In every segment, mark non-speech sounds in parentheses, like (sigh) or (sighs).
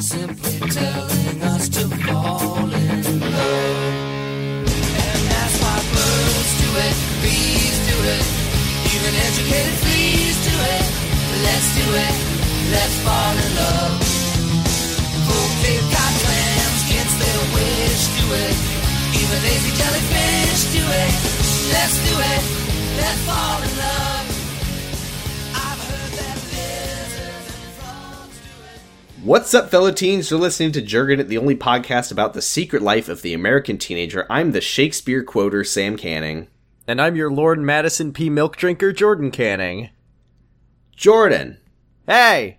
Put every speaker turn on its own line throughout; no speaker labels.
simply telling us to fall in love. And that's why birds do it, bees do it, even educated fleas do it. Let's do it, let's fall in love. Fulfilled cod clams gets their wish, do it. Even lazy jellyfish do it. Let's do it, let's fall in love. I've heard that lizards and frogs do it.
What's up, fellow teens? You're listening to Jergen It, the only podcast about the secret life of the American teenager. I'm the Shakespeare quoter, Sam Canning.
And I'm your Lord Madison P. Milk Drinker, Jordan Canning.
Jordan,
Hey!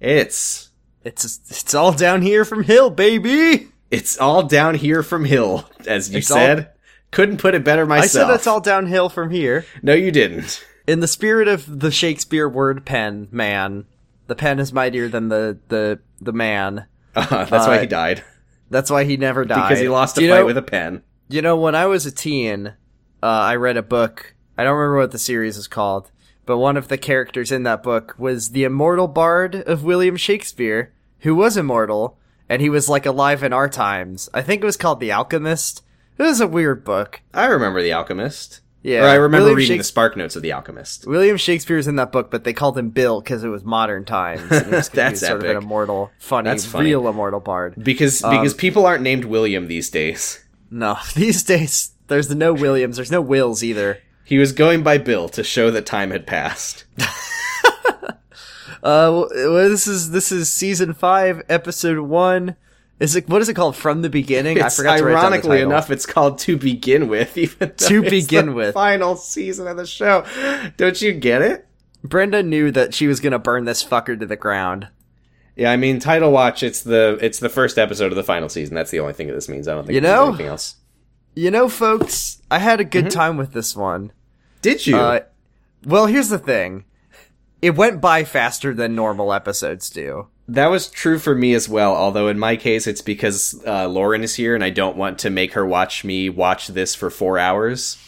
it's
It's it's all down here from Hill, baby!
it's all down here from hill, as you
It's all-
said. Couldn't put it better myself.
I said it's all downhill from here.
No, you didn't. (laughs)
In the spirit of the Shakespeare word pen, man, the pen is mightier than the the, the man.
Uh, that's why
Uh,
he died
That's why he never died.
because he lost a
You
fight
know-
with a pen.
You know, when I was a teen, uh, I read a book. I don't remember what the series is called, but one of the characters in that book was the immortal bard of William Shakespeare, who was immortal, and he was like alive in our times. I think it was called The Alchemist. It was a weird book.
I remember the Alchemist.
Yeah,
or I remember
William
reading the
Shakes-
spark notes of the Alchemist.
William Shakespeare was in that book, but they called him Bill because it was modern times. and
(laughs)
he was gonna be
That's
sort of
epic.
an immortal, funny,
That's funny.
real immortal bard.
Because because people aren't named William these days.
No, (laughs) these days there's no Williams, there's no Wills either.
He was going by Bill to show that time had passed.
Uh, well, well, this is this is season five, episode one. Is it what is it called? From the beginning. I
It's-
forgot. To write down the
ironically
title.
enough, it's called "To Begin With." (laughs) Even though
To
it's
Begin
the
With.
final season of the show. Don't you get it?
Brenda knew that she was gonna burn this fucker to the ground.
Yeah, I mean, title watch. It's the it's the first episode of the final season. That's the only thing that this means. I don't think
You
it means
know?
anything else.
You know, folks, I had a good time with this one.
Did Mm-hmm. you?
Uh, well, here's the thing. It went by faster than normal episodes do.
that was true for me as well. Although in my case, it's because uh, Lauren is here, and I don't want to make her watch me watch this for four hours.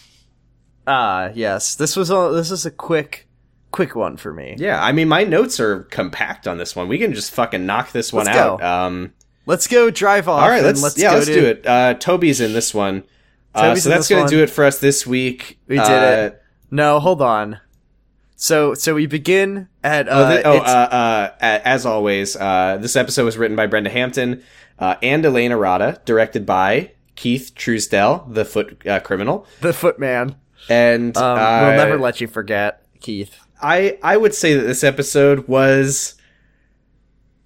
Ah, yes. This was a, this is a quick, quick one for me.
Yeah, I mean, my notes are compact on this one. We can just fucking knock this one
Let's
out.
go.
Um,
Let's go drive off.
All right,
and
let's,
let's
yeah,
go
let's
to-
do it. Uh, Toby's in this one, uh,
Toby's
so
in
that's
this
gonna
one.
do it for us this week. Uh,
We did it. No, hold on. So, so we begin at uh,
Oh, thi- oh, uh,
it's-
uh, a- as always, uh, this episode was written by Brenda Hampton uh, and Elaine Arata, directed by Keith Truesdell, the foot uh, criminal,
the footman.
and
Um,
uh,
we'll never let you forget, Keith.
I I would say that this episode was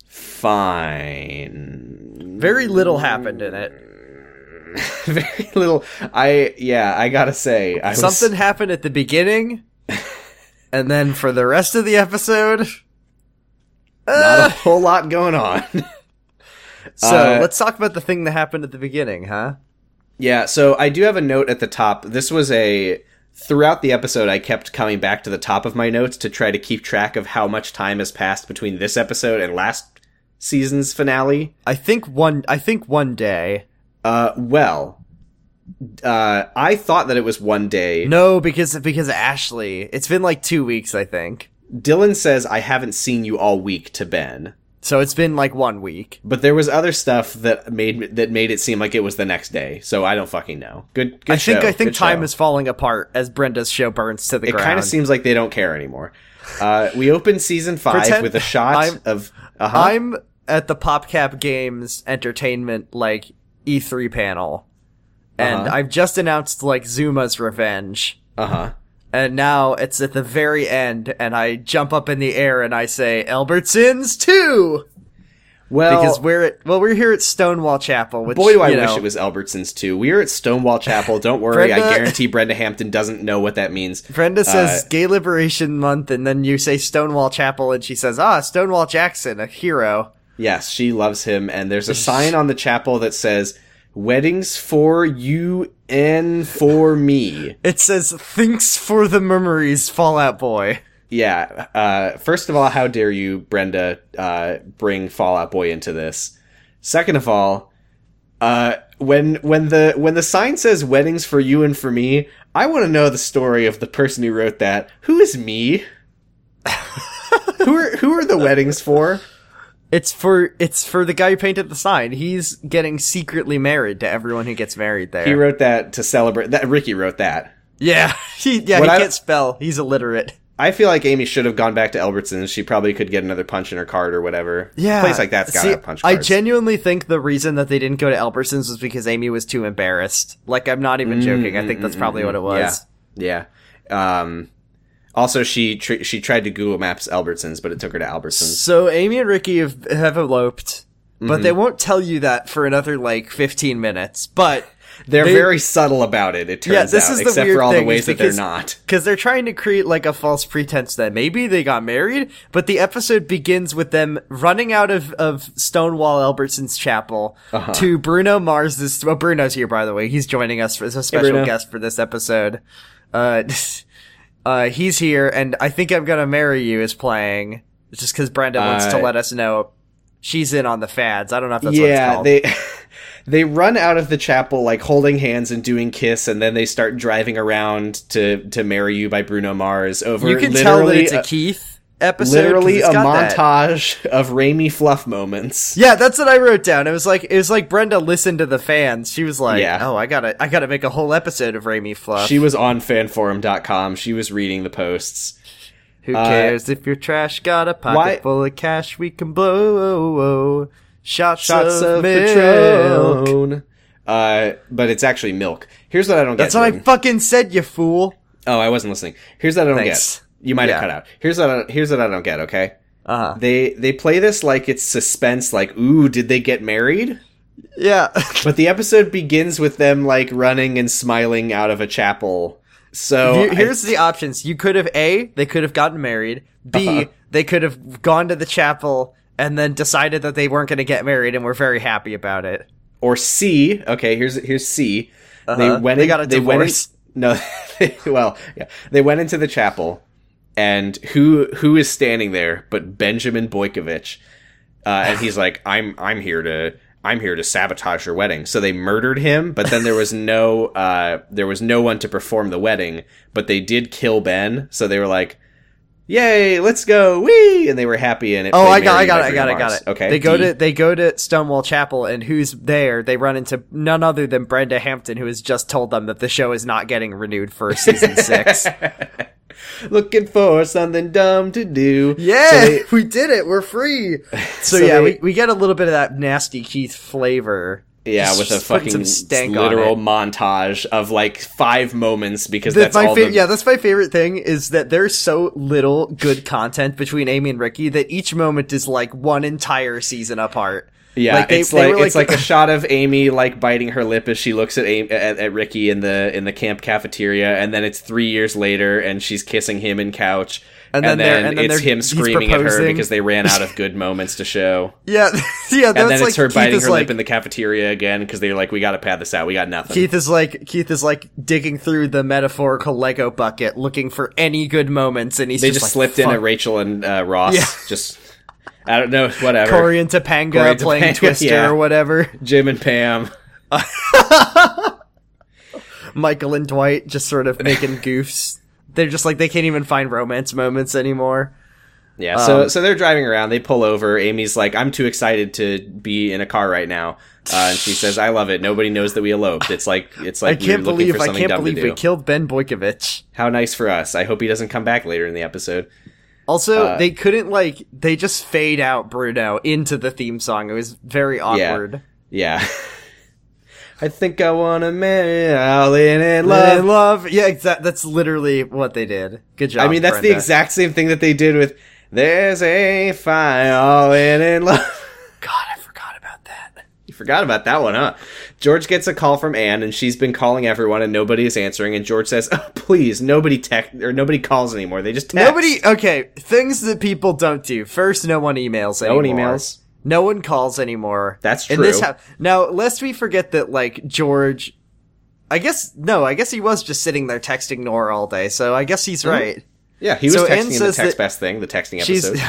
fine. (laughs)
Very little happened in it.
Very little. I yeah. I gotta say, I was-
Something happened at the beginning,
(laughs)
and then for the rest of the
(laughs)
episode.
not a whole lot going on.
Ah, So
Uh,
let's talk about the thing that happened at the beginning, huh?
yeah, so I do have a note at the top. This was a throughout the episode I kept coming back to the top of my notes to try to keep track of how much time has passed between this episode and last season's finale.
I think one. I think one day.
Uh well, uh I thought that it was one day.
No, because because Ashley. It's been like two weeks, I think.
Dylan says I haven't seen you all week to Ben.
So it's been like one week.
But there was other stuff that made that made it seem like it was the next day. So I don't fucking know. Good good
I think
show,
I think
good
time
show.
is falling apart as Brenda's show burns to the
It
ground.
kind of seems like they don't care anymore. Uh, we open season five
Pretend-
with a shot
I'm-
of. Uh-huh.
I'm at the PopCap Games Entertainment like E3 panel, and
Uh-huh.
I've just announced like Zuma's Revenge,
Uh huh.
and now it's at the very end, and I jump up in the air and I say Albertsons two
Well,
because we're at well we're here at Stonewall Chapel, which
boy, do I
you
wish
know,
it was Albertsons too. We are at Stonewall Chapel. Don't worry, I
Brenda-
guarantee Brenda Hampton doesn't know what that means.
Brenda says
Uh,
Gay Liberation Month, and then you say Stonewall Chapel, and she says, "Ah, Stonewall Jackson, a hero."
yes, she loves him, and there's a sign on the chapel that says "Weddings for you and for me."
It says, "Thanks for the memories, Fallout Boy."
Yeah. Uh, first of all, how dare you, Brenda, uh, bring Fallout Boy into this? Second of all, uh, when when the when the sign says "weddings for you and for me," I want to know the story of the person who wrote (laughs) that. Who is me? who are who are the weddings for?
It's for it's for the guy who painted the sign. He's getting secretly married to everyone who gets married there.
He wrote that to celebrate. That Ricky wrote that.
yeah, (laughs) he, yeah.
What
he
I-
can't spell. He's illiterate.
I feel like Amy should have gone back to Elbertson's. She probably could get another punch in her card or whatever.
Yeah,
place like that's got
See,
to have punch cards.
I genuinely think the reason that they didn't go to Elberson's was because Amy was too embarrassed. Like I'm not even joking. I think that's probably what it was.
Yeah. yeah. Um, also, she tr- she tried to Google Maps Albertsons, but it took her to Albertsons.
So Amy and Ricky have, have eloped, but they won't tell you that for another like 15 minutes. But
They're
They-
very subtle about it. It turns
Yeah, this
out,
is the
except
weird
for all the
thing,
ways
is
that they're
because-
not.
Because they're trying to create like a false pretense that maybe they got married, but the episode begins with them running out of, of Stonewall Albertson's chapel
Uh-huh.
to Bruno Mars's. Well, Bruno's here, by the way. He's joining us as a special
Bruno.
guest for this episode. Uh, (laughs) uh, he's here, and I think I'm gonna marry you is playing just because Brenda wants to
Uh,
let us know she's in on the fads. I don't know if that's what it's
yeah,
called.
they (laughs) they run out of the chapel like holding hands and doing kiss, and then they start driving around to to marry you by Bruno Mars over.
you can tell that
literally
it's a Keith episode. 'cause
literally
it's
a
got that.
montage of Raimi fluff moments.
Yeah, that's what I wrote down. It was like it was like Brenda listened to the fans. She was like,
Yeah.
"Oh, I gotta, I gotta make a whole episode of Raimi Fluff.
She was on fanforum.com. She was reading the posts.
Who cares if your trash got a pocket
uh, why-
full of cash? We can blow shots,
Shots
of,
of
milk.
Patron. Uh, but it's actually milk. Here's what I don't
That's
get.
what I
Jordan.
fucking said, you fool.
Oh, I wasn't listening. Here's what I don't
Thanks.
get. You might
Yeah.
have cut out. Here's what I, here's what I don't get. Okay,
Uh huh.
they they play this like it's suspense. Like, ooh, did they get married?
(laughs) Yeah.
But the episode begins with them like running and smiling out of a chapel. So
You-
I-
here's the options. You could have A, they could have gotten married. B,
Uh-huh.
they could have gone to the chapel and then decided that they weren't going to get married and were very happy about it.
or C. Okay, here's here's C.
Uh-huh.
They went.
They
in-
got a divorce.
Went in, no, (laughs) they, well, yeah, they went into the chapel, and who who is standing there but Benjamin Boykovich, uh, and he's
(sighs)
like, I'm I'm here to. I'm here to sabotage your wedding. So they murdered him, but then there was no uh, there was no one to perform the wedding. But they did kill Ben, so they were like, "Yay, let's go, wee!" And they were happy. And it
Oh,
played
I got, I
Mary
got it,
by
I got it, I
Bruno
got
Mars.
it.
Okay,
They go
D.
to they go to Stonewall Chapel, and who's there? They run into none other than Brenda Hampton, who has just told them that the show is not getting renewed
(laughs)
for season six.
looking for something dumb to do.
yeah,
So they-
we did it. We're free. (laughs) So,
So
yeah,
they-
we, we get a little bit of that nasty Keith flavor.
yeah,
Just-
with a
just putting
fucking
some stank on
literal
it.
montage of like five moments because that's
That's my
all
favorite.
the
Yeah, that's my favorite thing is that there's so little good content between Amy and Ricky that each moment is like one entire season apart.
Yeah,
Like, they-
it's
they
like,
were
it's
(laughs)
like a shot of Amy like biting her lip as she looks at, Amy, at at Ricky in the in the camp cafeteria, and then it's three years later and she's kissing him in couch,
And
and,
then they're-
then,
and then
it's
they're-
him
he's
screaming at her
proposing.
because they ran out
(laughs)
of good moments to show,
Yeah, (laughs) yeah. That's
and then
like
it's her
Keith
biting
is
her
like,
lip in the cafeteria again because they're like, we got to pad this out, we got nothing.
Keith is like Keith is like digging through the metaphorical Lego bucket, looking for any good moments, and he's
they
just,
just,
like,
slipped in
"Fuck."
at Rachel and uh, Ross.
Yeah.
(laughs) Just I don't know, whatever.
Cory and Topanga
Cory and
playing
Topanga, (laughs)
Twister
yeah.
or whatever. (laughs)
Jim and Pam.
Michael and Dwight just sort of
(laughs)
making goofs. They're just like they can't even find romance moments anymore.
Yeah. So so they're driving around. They pull over. Amy's like, "I'm too excited to be in a car right now," uh, and she says, "I love it. Nobody knows that we eloped. It's like it's
I
like we
can't
we're looking
believe
for
I
something
can't
dumb
believe
to do.
we killed Ben Boykovich.
How nice for us. I hope he doesn't come back later in the episode."
Also,
Uh,
they couldn't like they just fade out Bruno into the theme song. It was very awkward.
Yeah. (laughs) I think I wanna marry Alan and
Love,
love.
love, yeah, exact. That's literally what they did. Good job.
I mean, that's the
Brenda.
exact same thing that they did with "There's a Fire All in and Love."
God, I forgot about that.
You forgot about that one, huh? George gets a call from Anne, and she's been calling everyone, and nobody is answering. And George says, oh, "Please, nobody text or nobody calls anymore. They just text.
Nobody. Okay, things that people don't do. First, no one emails
no
anymore.
one emails.
No one calls anymore.
That's
And this
true.
hap- now, lest we forget that, like George, I guess no, I guess he was just sitting there texting Nora all day. So I guess he's
Mm-hmm.
right.
Yeah, he was
So Anne
texting in the
says
text
that
best thing, the texting
She's.
episode.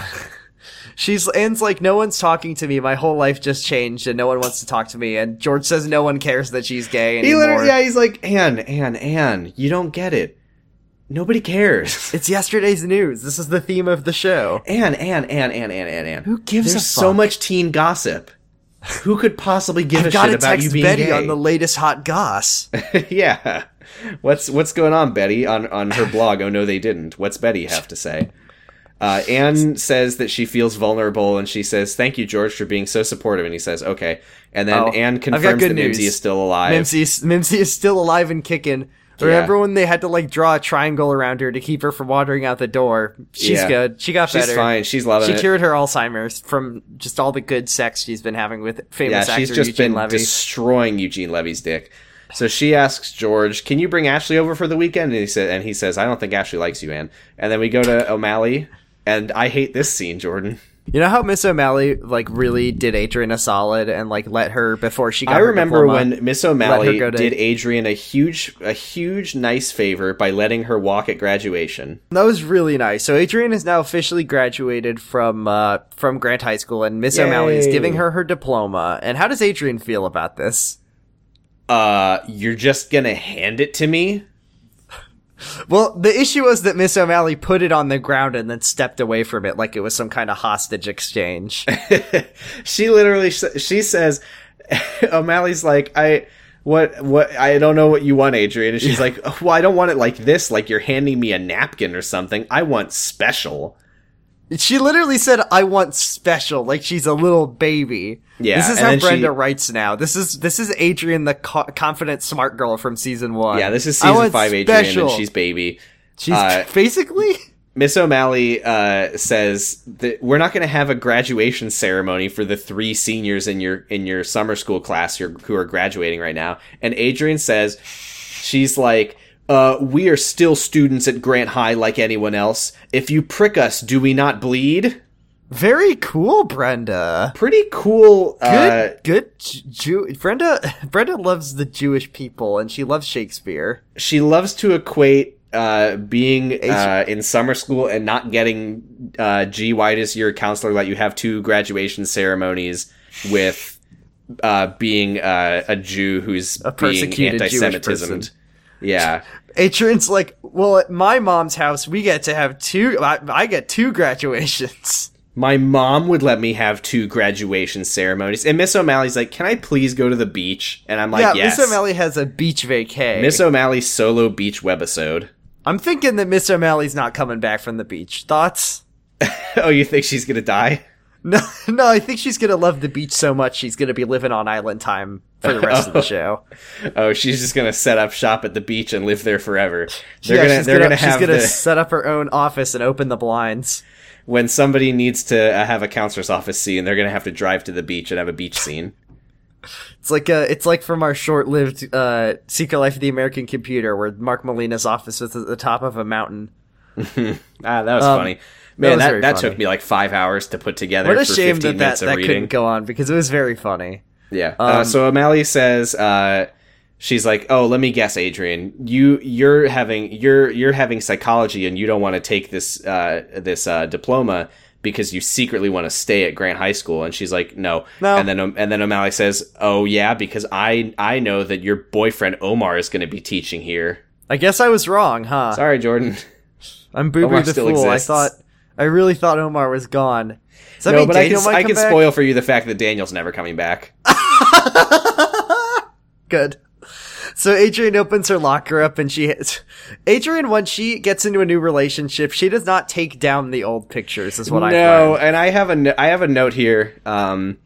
(laughs) She's Anne's like no one's talking to me. My whole life just changed, and no one wants to talk to me. And George says no one cares that she's
(laughs)
gay
He
anymore.
literally, yeah, he's like Anne, Anne, Anne. You don't get it. Nobody cares. (laughs)
It's yesterday's news. This is the theme of the show.
And and and and and and and
Who gives
There's
a
so
fuck?
much teen gossip. Who could possibly give a
I
shit
gotta
about you
text
being
Betty
gay?
on the latest hot goss.
(laughs) yeah. What's what's going on, Betty? On on her blog. Oh no, they didn't. What's Betty have to say? Uh, Anne says that she feels vulnerable, and she says, "Thank you, George, for being so supportive." And he says, "Okay." And then
Oh,
Anne
I've got
confirms that
good
Mimsy
news.
is still alive.
Mimsy is, Mimsy is still alive and kicking. Remember
Yeah.
when they had to like draw a triangle around her to keep her from wandering out the door? She's
Yeah.
good. She got
she's
better.
fine. She's loving
She
it.
cured her Alzheimer's from just all the good sex she's been having with
yeah,
famous actor
she's just
Eugene
been
Levy.
destroying Eugene Levy's dick. So she asks George, "Can you bring Ashley over for the weekend?" And he said, "And he says, I don't think Ashley likes you, Anne." And then we go to O'Malley, and I hate this scene, Jordan.
You know how Miss O'Malley like really did Adrian a solid and like let her before she got
I
her
remember
diploma?
when Miss O'Malley
go to-
did Adrian a huge, a huge nice favor by letting her walk at graduation.
That was really nice. So Adrian is now officially graduated from uh, from Grant High School, and Miss O'Malley is
Yay.
giving her her diploma. And how does Adrian feel about this?
Uh, you're just gonna hand it to me?
Well, the issue was that Miss O'Malley put it on the ground and then stepped away from it like it was some kind of
(laughs)
hostage exchange.
she literally s- she says (laughs) O'Malley's like I what what I don't know what you want Adrian and she's like "Oh, well I don't want it like this like you're handing me a napkin or something I want special
she literally said, "I want special," like she's a little baby.
Yeah,
this is
and
how
then she-
Brenda writes now. This is this is Adrian, the co- confident smart girl from season one.
yeah this is
"I
season
want
5 Adrian
special."
and she's baby
she's
uh,
basically. (laughs)
Miss O'Malley uh, says that we're not going to have a graduation ceremony for the three seniors in your in your summer school class who are- who are graduating right now. And Adrian says she's like, uh, "We are still students at Grant High like anyone else. If you prick us, do we not bleed?"
Very cool, Brenda.
Pretty cool. Uh,
Good, good J- Jew. Brenda, (laughs) Brenda loves the Jewish people, and she loves Shakespeare.
she loves to equate uh, being uh, in summer school and not getting uh, G. White your counselor, let you have two graduation ceremonies with uh, being uh, a Jew who's
A
being
persecuted Jewish
anti-Semitism.
person.
Yeah,
Adrian's like, well, at my mom's house, we get to have two. I, I get two graduations.
my mom would let me have two graduation ceremonies, and Miss O'Malley's like, "Can I please go to the beach?" And I'm like,
yeah,
"Yes."
Miss O'Malley has a beach vacay.
Miss O'Malley's solo beach webisode. (laughs)
I'm thinking that Miss O'Malley's not coming back from the beach. Thoughts? (laughs)
oh, you think she's gonna die?
No, no. I think she's gonna love the beach so much she's gonna be living on island time for the rest of (laughs) the show.
Oh, she's just gonna set up shop at the beach and live there forever. They're
Yeah,
gonna
she's
they're gonna,
she's
have
gonna
the,
set up her own office and open the blinds.
when somebody needs to uh, have a counselor's office scene, they're gonna have to drive to the beach and have a beach scene.
It's like uh, it's like from our short-lived uh, Secret Life of the American Computer, where Mark Molina's office was at the top of a mountain.
ah, that was funny.
Um, was
Man, that,
very
that,
funny.
took me like five hours to put together.
What a
for
shame
15
that that,
minutes of
that
reading.
couldn't go on because it was very funny.
Yeah. uh,
Um,
so O'Malley says, uh, she's like, "Oh, let me guess, Adrian. You you're having you're you're having psychology, and you don't want to take this uh, this uh, diploma." Because you secretly want to stay at Grant High School, and she's like, "No."
No.
And then um, and then O'Malley says, "Oh yeah, because I I know that your boyfriend Omar is going to be teaching here."
I guess I was wrong, huh?
Sorry, Jordan.
I'm Boo Boo
Omar
the
still
fool.
exists.
I thought I really thought Omar was gone. Does that
No,
mean
but I
Daniel
can
might
I
come
can
back?
spoil for you the fact that Daniel's never coming back.
Good. So Adrian opens her locker up and she Adrian when she gets into a new relationship, she does not take down the old pictures is what I
no, and I have a no- I have a note here. Um,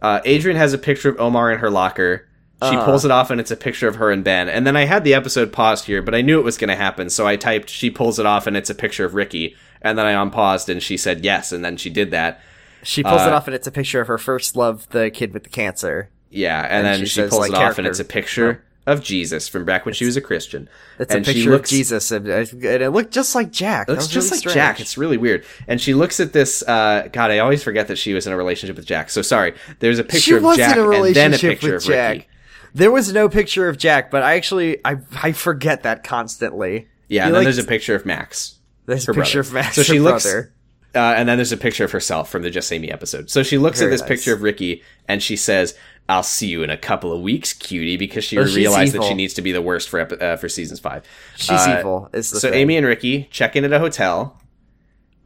uh, Adrian has a picture of Omar in her locker. She
Uh.
pulls it off, and it's a picture of her and Ben. And then I had the episode paused here, but I knew it was going to happen, so I typed "she pulls it off," and it's a picture of Ricky. And then I unpaused, and she said yes, and then she did that.
She pulls it
Uh,
off, and it's a picture of her first love, the kid with the cancer.
Yeah, and, then
she
she,
says,
pulls
like,
it off, and
character.
it's a picture of Jesus from back when she was a Christian.
It's
And
a
she
picture
looks-
of Jesus, and, uh, and it looked just like Jack. That
Looks
was
just
really
like Jack.
strange.
It's really weird. And she looks at this. Uh, God, I always forget that she was in a relationship with Jack. So sorry. There's a picture
she
of
was
Jack
in a
and then a
relationship
picture
with
of
Jack.
Ricky.
There was no picture of Jack, but I actually I I forget that constantly.
Yeah,
He
and then
liked-
there's a picture of Max.
there's a
her
picture
brother.
of Max.
So she
her
looks-
brother.
Uh, and then there's a picture of herself from the Just Say Me episode. So she looks
Very
at this
nice.
picture of Ricky and she says, "I'll see you in a couple of weeks, cutie," because she
Oh, she's
realized that
evil.
she needs to be the worst for epi- uh, for seasons five.
She's
Uh,
evil. Is the
So
thing.
Amy and Ricky check in at a hotel,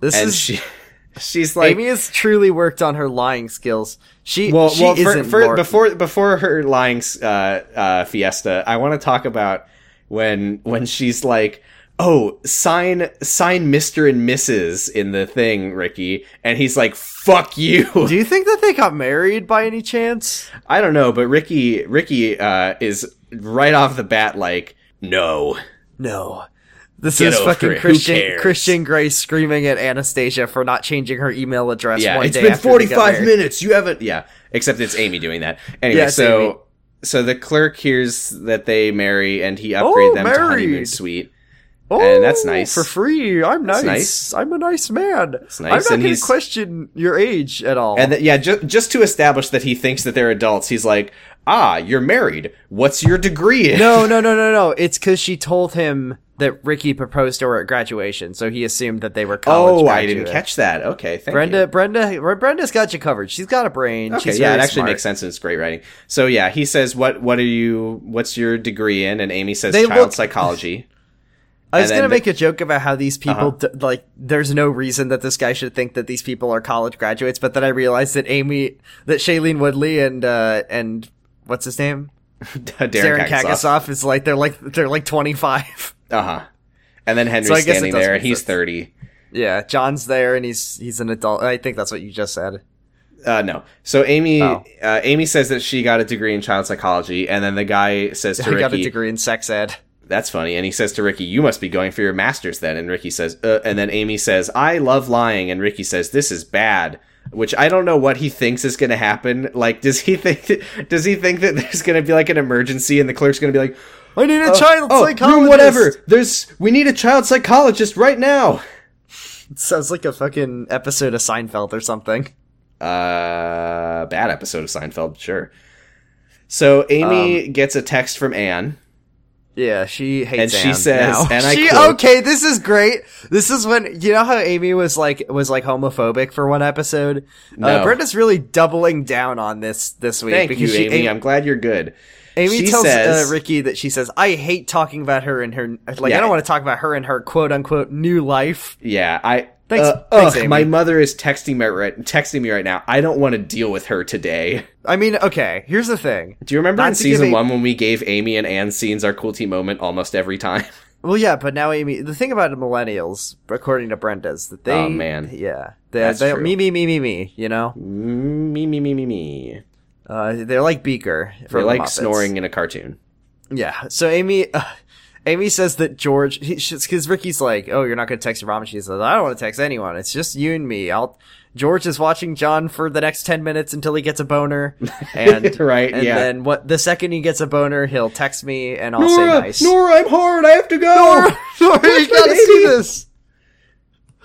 this
and
is
she (laughs) she's like,
Amy has truly worked on her lying skills. She
well,
she
well, for,
isn't
for-
Lor-
before before her lying uh, uh, fiesta, I want to talk about when when she's like, "Oh, sign sign Mister and Mrs. in the thing, Ricky," and he's like, "Fuck you."
Do you think that they got married by any chance?
I don't know, but Ricky Ricky uh, is right off the bat like, "No."
No. This
Get
is
over
fucking
it. Who
Christian
cares?
Christian Grey screaming at Anastasia for not changing her email address
yeah,
one
it's
day.
been
after they
forty
got
five
married.
minutes. You haven't. Yeah, except it's Amy doing that. Anyway,
Yeah, it's
so
Amy.
so the clerk hears that they marry, and he upgrades
Oh,
them to honeymoon
married.
suite.
Oh,
and that's nice.
for free. I'm nice.
nice.
I'm a nice man.
nice,
I'm not
and
going to
he's-
question your age at all.
And that, yeah, ju- just to establish that he thinks that they're adults, he's like, "Ah, you're married. What's your degree?" in?"
no, no, no, no, no. It's because she told him that Ricky proposed to her at graduation, so he assumed that they were
(laughs)
college.
oh, I didn't
graduates.
catch that. Okay, thank
Brenda,
you.
Brenda, Brenda's got you covered. She's got a brain.
Okay,
She's
yeah, it
very
actually
smart.
makes sense and it's great writing. So yeah, he says, "What? What are you? What's your degree in?" And Amy says,
They
"Child
look- (laughs)
psychology." (laughs)
I was
And
gonna
then
make a joke about how these people
Uh-huh.
d- like. There's no reason that this guy should think that these people are college graduates, but then I realized that Amy, that Shailene Woodley and uh and what's his name,
Darren,
Darren
Kakasov.
Kakasov is like they're like they're like 25.
Uh huh. And then Henry's
So I guess it
standing
does
there,
make
and he's
sense.
thirty.
(laughs) yeah, John's there and he's he's an adult. I think that's what you just said.
Uh, no. So Amy,
Oh.
uh, Amy says that she got a degree in child psychology, and then the guy says to
I got a
Ricky,
degree in sex ed.
"That's funny." And he says to Ricky, "You must be going for your master's then." And Ricky says, uh, and then Amy says, "I love lying," and Ricky says, "This is bad." Which I don't know what he thinks is going to happen. Like, does he think? does he think that there's going to be like an emergency, and the clerk's going to be like,
I need a child
"Oh, room
psychologist.
whatever. There's we need a child psychologist right now."
Sounds like a fucking episode of Seinfeld or something.
uh bad episode of Seinfeld, sure. So
Um,
Amy gets a text from Anne.
Yeah, she
And
hates.
she
Anne
says-
now.
and I
she
quote-
okay. This is great. This is when you know how Amy was like was like homophobic for one episode.
No.
Uh, Brenda's really doubling down on this this week
Thank you,
because she,
Amy.
Amy,
I'm glad you're good.
Amy
she
tells
says-
uh, Ricky that she says I hate talking about her and her like
Yeah.
I don't want to talk about her and her quote unquote new life.
Yeah, I.
Thanks-
uh,
thanks,
ugh,
Amy.
my mother is texting me right texting me right now. I don't want to deal with her today. (laughs)
I mean, okay. Here's the thing.
Do you remember
Not
in
to give
season
a-
one when we gave Amy and Anne scenes our cool tea moment almost every time? (laughs)
Well, yeah, but now Amy. The thing about millennials, according to Brenda, is that they
Oh, man.
yeah they
That's
they
true.
me me me me me you know
me me me me me.
uh, they're like Beaker.
They
from the
like
Muppets.
snoring in a cartoon.
Yeah. So Amy, (sighs) uh, Amy says that George, because Ricky's like, "Oh, you're not going to text your mom." And she says, "I don't want to text anyone. It's just you and me." I'll. George is watching John for the next ten minutes until he gets a boner, and
Right,
and
yeah.
then what? The second he gets a boner, he'll text me, and I'll say nice. (laughs)
Nora, I'm hard. I have to go.
Nora, you gotta see
Amy.
this.
(laughs)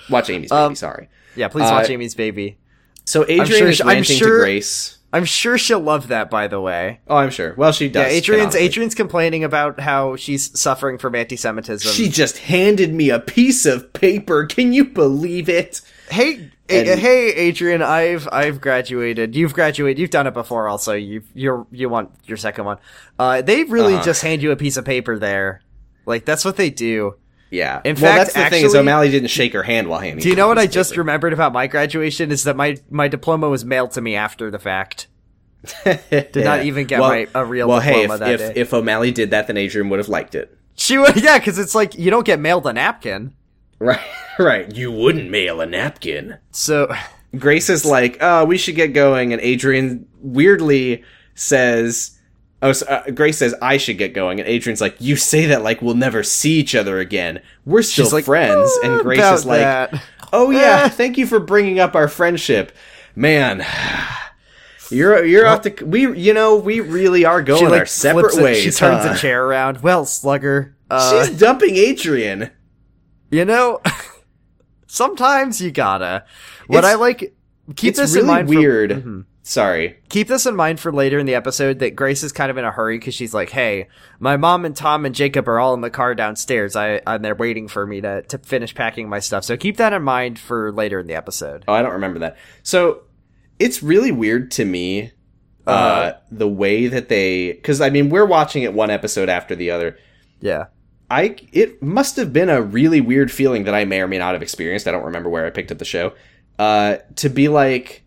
Watch Amy's baby.
Um,
sorry.
Yeah, please
Uh,
watch Amy's baby.
So Adrian
sure
is
she- I'm
ranting
sure-
to Grace.
I'm sure she'll love that. By the way,
Oh, I'm sure. Well, she does.
yeah, Adrian's
canonically.
Adrian's complaining about how she's suffering from anti-Semitism.
She just handed me a piece of paper. Can you believe it?
Hey,
And-
A- hey, Adrian, I've I've graduated. You've graduated. You've done it before, also. You you're you want your second one. Uh, they really
Uh-huh.
just hand you a piece of paper there. Like that's what they do.
Yeah.
In
well,
fact,
that's the thing is
actually-
O'Malley didn't shake her hand while handing.
Do you know
her
what
the
I
piece
just
of
remembered about my graduation is that my my diploma was mailed to me after the fact.
paper. (laughs)
did not even get my- a real
Well, hey,
diploma
if,
that
if,
day.
if O'Malley did that, then Adrian would have liked it. (laughs)
She would, (laughs) yeah, because it's like you don't get mailed a napkin.
Right. Right. You wouldn't mail a napkin.
So (laughs)
Grace is like, "Oh, we should get going," and Adrian weirdly says, "Oh, so, uh, Grace says I should get going," and Adrian's like, "You say that like we'll never see each other again. We're still
like,
friends."
"Uh,
and Grace
about
is like,
that."
"Oh yeah, (laughs)
Eh.
thank you for bringing up our friendship, man." (sighs) You're you're off to we you know we really are going
she
our
like
separate
flips it-
ways.
She turns
huh?
the chair around. Well, slugger. Uh,
She's dumping Adrian.
You know, (laughs) sometimes you gotta. What
It's-
I like, keep
it's
this
really
in mind. for-
weird
Mhm.
Sorry.
Keep this in mind for later in the episode that Grace is kind of in a hurry because she's like, "Hey, my mom and Tom and Jacob are all in the car downstairs. I and they're waiting for me to to finish packing my stuff." So keep that in mind for later in the episode.
Oh, I don't remember that. So it's really weird to me uh,
Uh-huh.
the way that they because I mean we're watching it one episode after the other.
Yeah,
I it must have been a really weird feeling that I may or may not have experienced. I don't remember where I picked up the show. Uh, to be like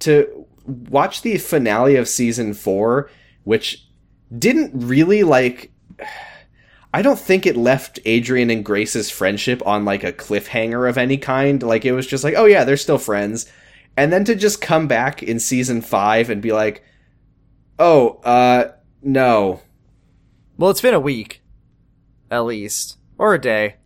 to watch the finale of season four, which didn't really like. (sighs) I don't think it left Adrian and Grace's friendship on like a cliffhanger of any kind. Like it was just like, oh yeah, they're still friends, and then to just come back in season five and be like, oh uh no,
Well, it's been a week, at least, or a day.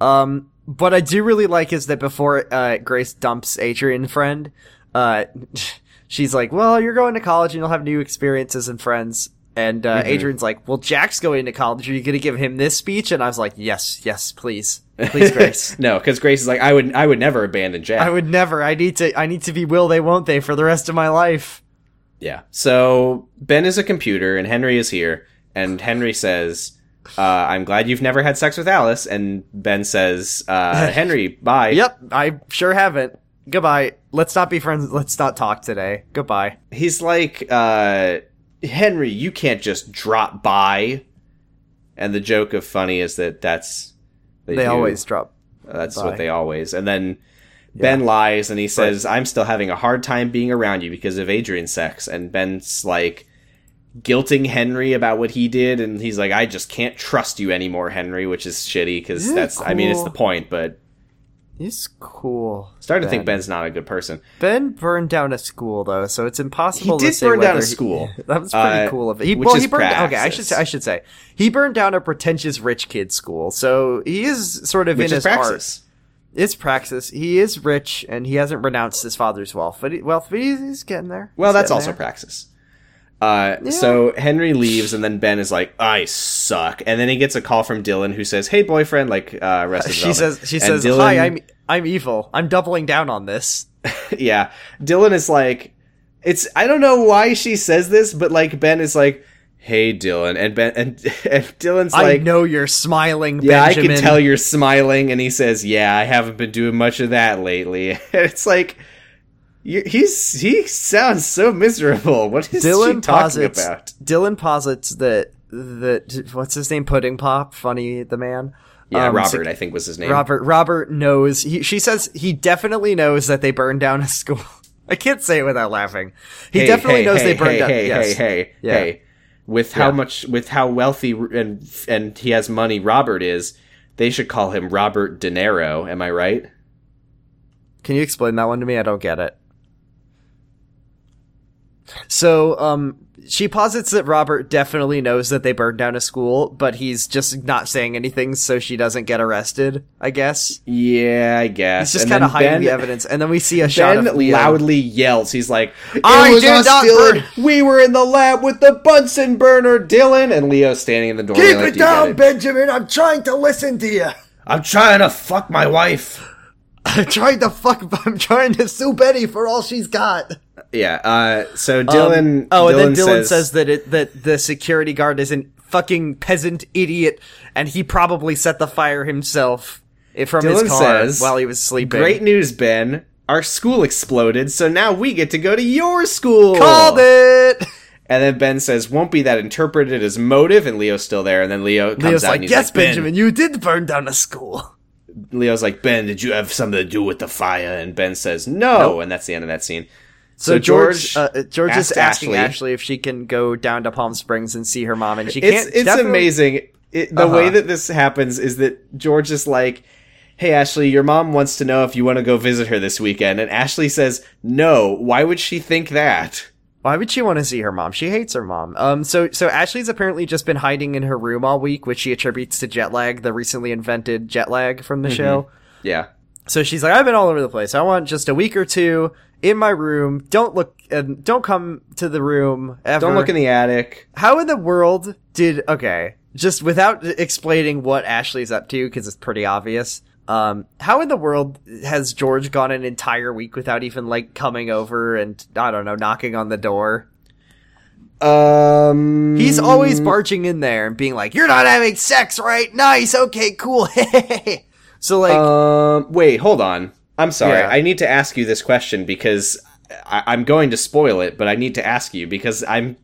Um, what I do really like is that before uh, Grace dumps Adrian friend, uh, (laughs) she's like, "Well, you're going to college and you'll have new experiences and friends." And uh, Adrian's like, "Well, Jack's going to college. Are you going to give him this speech?" And I was like, "Yes, yes, please, (laughs)
(laughs)
please, Grace."
no, because Grace is like, I would I would never abandon Jack.
I would never. I need to. I need to be will they, won't they, for the rest of my life.
Yeah. So Ben is a computer and Henry is here, and Henry says, uh, I'm glad you've never had sex with Alice. And Ben says,
(laughs)
uh, Henry, bye.
Yep, I sure haven't. Goodbye. Let's not be friends. Let's not talk today. Goodbye.
He's like, uh, Henry, you can't just drop by. And the joke of funny is that that's.
they
do-
always drop
That's
by.
what they always. And then Ben lies and he says, I'm still having a hard time being around you because of Adrian's sex. And Ben's like guilting Henry about what he did. And he's like, I just can't trust you anymore, Henry, which is shitty because
Yeah,
that's, I mean, it's
cool.
the point, but
He's cool.
starting to think
Ben.
Ben's not a good person.
Ben burned down a school though, so it's impossible.
He
to
did
say
burn down
whether
a
he-
school,
(laughs) that was pretty
uh,
cool of it. He,
which
well, he
is
burned. Okay, I should
Praxis.
say, I should say he burned down a pretentious rich kid school, so he is sort of
Which
in
is
his art.
praxis.
It's praxis. He is rich, and he hasn't renounced his father's wealth, but he, wealth, but he's, he's getting there.
Well,
He's
that's
getting
also
there.
praxis. Uh,
Yeah.
So Henry leaves, and then Ben is like, "I suck," and then he gets a call from Dylan, who says, "Hey, boyfriend," like uh, rest of
(laughs) She says, "She says, hi, I'm I'm evil. I'm doubling down on this."
yeah dylan is like it's i don't know why she says this but like ben is like hey dylan and ben and, (laughs) and dylan's
I
like
know you're smiling,
yeah i
Benjamin.
can tell you're smiling and he says yeah i haven't been doing much of that lately (laughs) and it's like you, he's he sounds so miserable (laughs) what is she
Dylan
talking
posits.
about
Dylan posits that that what's his name, Pudding Pop, funny the man.
yeah
Um,
robert
so-
i think was his name
Robert. Robert knows. He, she says he definitely knows that they burned down a school. (laughs) I can't say it without laughing. He
Hey,
definitely
hey,
knows
hey,
they burned
hey,
down.
hey
yes.
hey hey
Yeah.
hey with how
Yeah.
much with how wealthy and and he has money robert is they should call him robert de niro am i right
Can you explain that one to me? I don't get it. So, um, she posits that Robert definitely knows that they burned down a school, but he's just not saying anything so she doesn't get arrested. I guess
Yeah, I guess.
he's
And
just kind of
then
hiding
Ben-
the evidence, and then we see a shot
Ben
of Leo.
loudly yells. He's like, "It
I
was
did
us,
not
Dylan.
burn-
We were in the lab with the Bunsen burner, Dylan." And Leo's standing in the doorway. like, "You got it."
Benjamin. I'm trying to listen to you.
I'm trying to fuck my wife."
(laughs) I'm trying to fuck. (laughs) I'm trying to sue Betty for all she's got.
Yeah. Uh, so Dylan.
Um, oh, and then Dylan says, that it that the security guard is a fucking peasant idiot, and he probably set the fire himself eh, from
Dylan
his car
says,
while he was sleeping.
"Great news, Ben. Our school exploded, so now we get to go to your school."
called it.
And then Ben says, "Won't be that interpreted as motive?" And Leo's still there. And then Leo comes
Leo's
out.
like,
and he's
"Yes,
"Ben,
Benjamin, you did burn down a school."
Leo's like, Ben, did you have something to do with the fire? And Ben says, no. And that's the end of that scene.
So, George, uh, uh, George is
asked
asking
Ashley-
Ashley. if she can go down to Palm Springs and see her mom, and she
It's,
can't.
it's
definitely-
amazing. It, the
Uh-huh.
way that this happens is that George is like, hey, Ashley, your mom wants to know if you want to go visit her this weekend. And Ashley says, no. Why would she think that?
Why would she want to see her mom? She hates her mom. Um, so so Ashley's apparently just been hiding in her room all week, which she attributes to jet lag, the recently invented jet lag from
Mm-hmm.
the show.
Yeah.
So she's like, I've been all over the place. I want just a week or two in my room. Don't look and don't come to the room ever.
Don't look in the attic.
How in the world did okay? Just without explaining what Ashley's up to, because it's pretty obvious. Um, how in the world has George gone an entire week without even like coming over and I don't know, knocking on the door?
Um,
He's always barging in there and being like, "You're not having sex, right? Nice, okay, cool." (laughs) so like,
Um, wait, hold on. I'm sorry.
Yeah.
I need to ask you this question because I- I'm going to spoil it, but I need to ask you because I'm.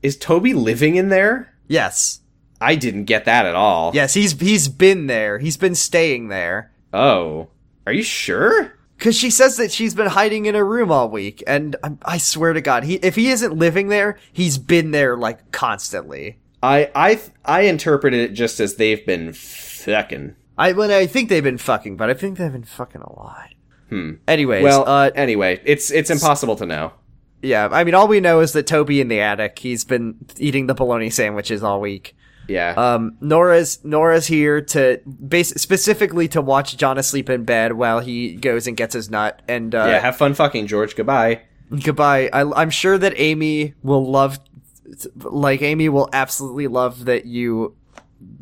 Is Toby living in there?
yes,
I didn't get that at all.
yes, he's he's been there. He's been staying there
Oh, are you sure?
because she says that she's been hiding in a room all week. And I, I swear to God, he if he isn't living there, he's been there like constantly.
I I I interpreted it just as they've been fucking.
I when I think they've been fucking, but I think they've been fucking a lot. Hmm. Anyways,
Well,
uh,
anyway, it's it's impossible to know.
yeah. I mean, all we know is that Toby in the attic. He's been eating the bologna sandwiches all week.
Yeah.
Um, Nora's Nora's here to bas- specifically to watch John asleep in bed while he goes and gets his nut. And uh,
yeah. Have fun fucking George.
(laughs)
Goodbye.
goodbye. I, I'm sure that Amy will love, like Amy will absolutely love that you,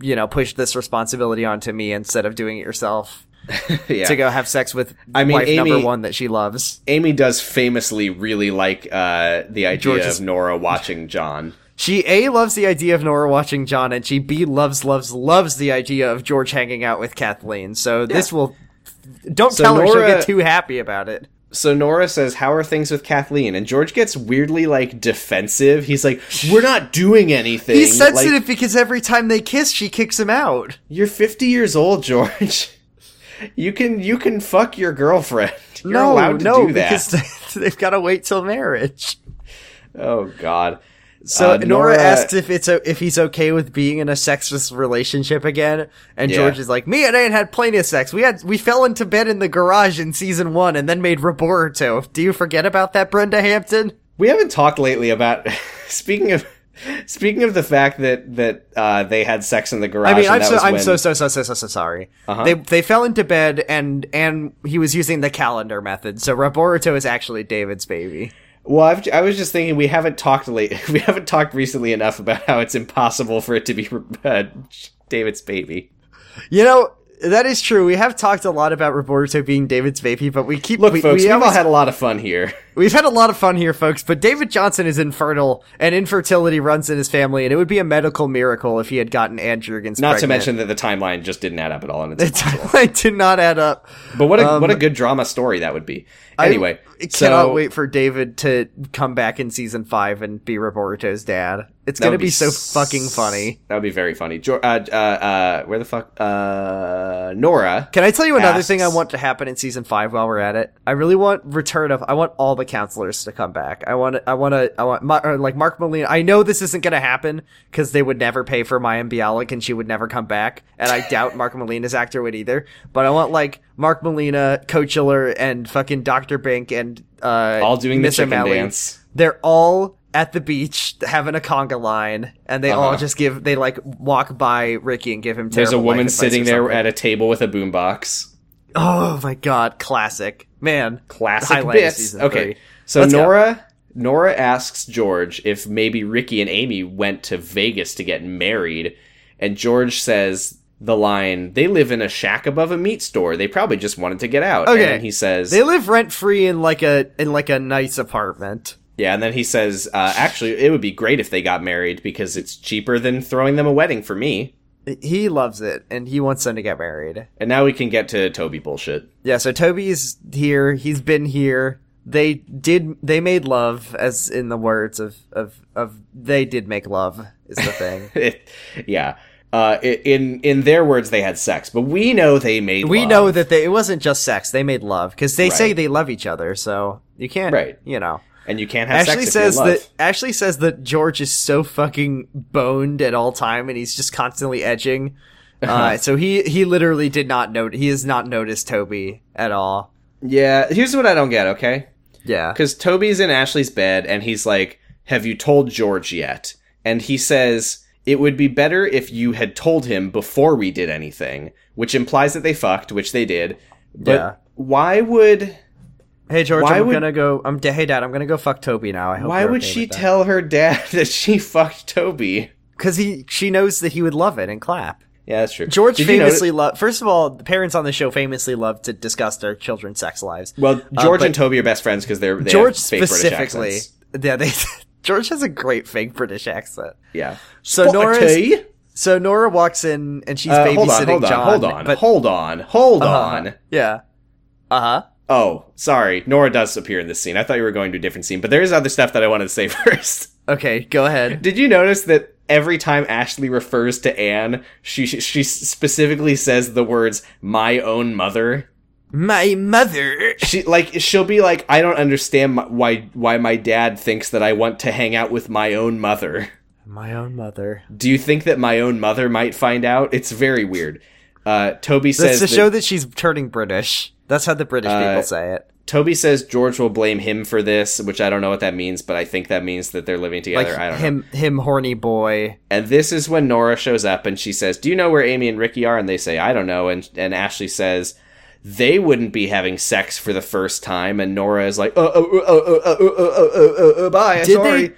you know, push this responsibility onto me instead of doing it yourself
yeah.
to go have sex with
I mean,
wife number
Amy-
one that she loves.
Amy does famously really like uh, the idea
George is-
of Nora watching John.
She A loves the idea of Nora watching John, and she B loves loves loves the idea of George hanging out with Kathleen. So this will don't
So
tell her she'll
Nora-
get too happy about it.
so Nora says, "How are things with Kathleen?" And George gets weirdly like defensive. He's like, "We're not doing anything."
He's sensitive
Like,
because every time they kiss, she kicks him out.
You're 50 years old, George. (laughs) You can you can fuck your girlfriend. (laughs) You're
no,
allowed to
no,
do that.
because (laughs) they've got to wait till marriage.
Oh God.
So
Uh,
Nora, asks if it's o if he's okay with being in a sexless relationship again, and
Yeah.
George is like, "Me and Anne had plenty of sex. We had we fell into bed in the garage in season one, and then made Roboruto. Do you forget about that, Brenda Hampton?"
We haven't talked lately about (laughs) speaking of speaking of the fact that that uh, they had sex in the garage.
I mean,
and
I'm
that
so
was
I'm
when-
so so so so so so sorry. They they fell into bed, and and he was using the calendar method. So Roboruto is actually David's baby.
Well, I've, I was just thinking we haven't talked late. (laughs) We haven't talked recently enough about how it's impossible for it to be (laughs) uh, David's baby.
You know, that is true. We have talked a lot about Roboruto being David's baby, but we keep
Look,
we,
folks,
we
we have all
always-
had a lot of fun here. (laughs)
we've had a lot of fun here, folks. But David Johnson is infertile, and infertility runs in his family, and it would be a medical miracle if he had gotten Anne Jurgens.
Not to
pregnant.
mention that the timeline just didn't add up at all. And
(laughs) the
it's,
timeline did not add up.
but what a what a good drama story that would be. Anyway,
um, I
so
cannot wait for David to come back in season five and be Roboruto's dad. It's
that would
gonna be, so
s-
fucking funny.
That would be very funny. Jo- uh, uh, uh, where the fuck? Uh, Nora.
Can I tell you another thing I
asks-
want to happen in season five while we're at it? I really want return of I want all the counselors to come back. I want I want to I want Ma- or, like Mark Molina. I know this isn't going to happen because they would never pay for Maya Bialik and she would never come back, and I
(laughs)
doubt Mark Molina's actor would either. But I want like Mark Molina, Coachiller, and fucking Doctor Bink and uh,
All doing the
Miss
chicken
O'Malley.
dance.
They're all at the beach having a conga line, and they all
Uh-huh.
just give they like walk by Ricky and give him.
There's a
terrible life
woman
advice
sitting
or
there
something.
at a table with a boombox.
Oh my god, classic. Man.
classic
highlight of
bits.
season
Okay,
three.
so
Let's go.
Nora Nora asks George if maybe Ricky and Amy went to Vegas to get married, and George says the line, "They live in a shack above a meat store. They probably just wanted to get out."
Okay.
and then he says,
They live rent free in like a in like a nice apartment.
"Yeah," and then he says, uh, "Actually, it would be great if they got married because it's cheaper than throwing them a wedding for me."
He loves it and he wants them to get married.
And now we can get to Toby bullshit. (laughs)
Yeah, so Toby's here, he's been here. They did they made love as in the words of of of they did make love is the
(laughs)
thing.
It- yeah. Uh, i- in in their words, they had sex, but we know they made.
we
love.
know that they it wasn't just sex, they made love cuz they say
Right.
they love each other, so you can't
Right.
you know.
and you can't have
Ashley
sex. if you're in
says
love.
that Ashley says that George is so fucking boned at all time, and he's just constantly edging.
(laughs)
Uh, so he he literally did not note he has not noticed Toby at all.
Yeah, here's what I don't get, okay?
Yeah,
Because Toby's in Ashley's bed and he's like, Have you told George yet? And he says, It would be better if you had told him before we did anything, which implies that they fucked, which they did. But
Yeah.
why would
hey George,
why
I'm
would-
gonna go. I'm da- hey Dad, I'm gonna go fuck Toby now. I hope
why would she tell her dad (laughs) that she fucked Toby?
Because he she knows that he would love it and clap.
Yeah, that's true.
George
Did you notice-
famously loved. First of all, the parents on the show famously love to discuss their children's sex lives.
well,
Uh,
George
but
and Toby are best friends because they're they
George
have fake British
specifically.
accents.
Yeah, they. (laughs) George has a great fake British accent.
Yeah.
So Nora is-
Spotty!
So Nora walks in and she's
Uh,
babysitting
hold on, hold on,
John.
hold on,
but-
hold on, hold on.
Uh-huh. Yeah. Uh huh.
Oh, sorry. Nora does appear in this scene. I thought you were going to a different scene, but there is other stuff that I wanted to say (laughs) first.
Okay, go ahead.
Did you notice that every time Ashley refers to Anne, she she specifically says the words "my own mother"?
My mother.
She like she'll be like, "I don't understand my, why why my dad thinks that I want to hang out with my own mother."
My own mother.
Do you think that my own mother might find out? It's very weird. Uh, Toby
That's
says
to
that- Uh,
show that she's turning British. That's how the British people say it.
Toby says George will blame him for this, which I don't know what that means, but I think that means that they're living
Like
together. I don't know.
him, him, horny boy.
And this is when Nora shows up and she says, "Do you know where Amy and Ricky are?" And they say, "I don't know." And and Ashley says, "They wouldn't be having sex for the first time." And Nora is like, "Oh, oh, oh, oh, oh, oh, oh, oh, oh, oh bye.
Did
sorry,
they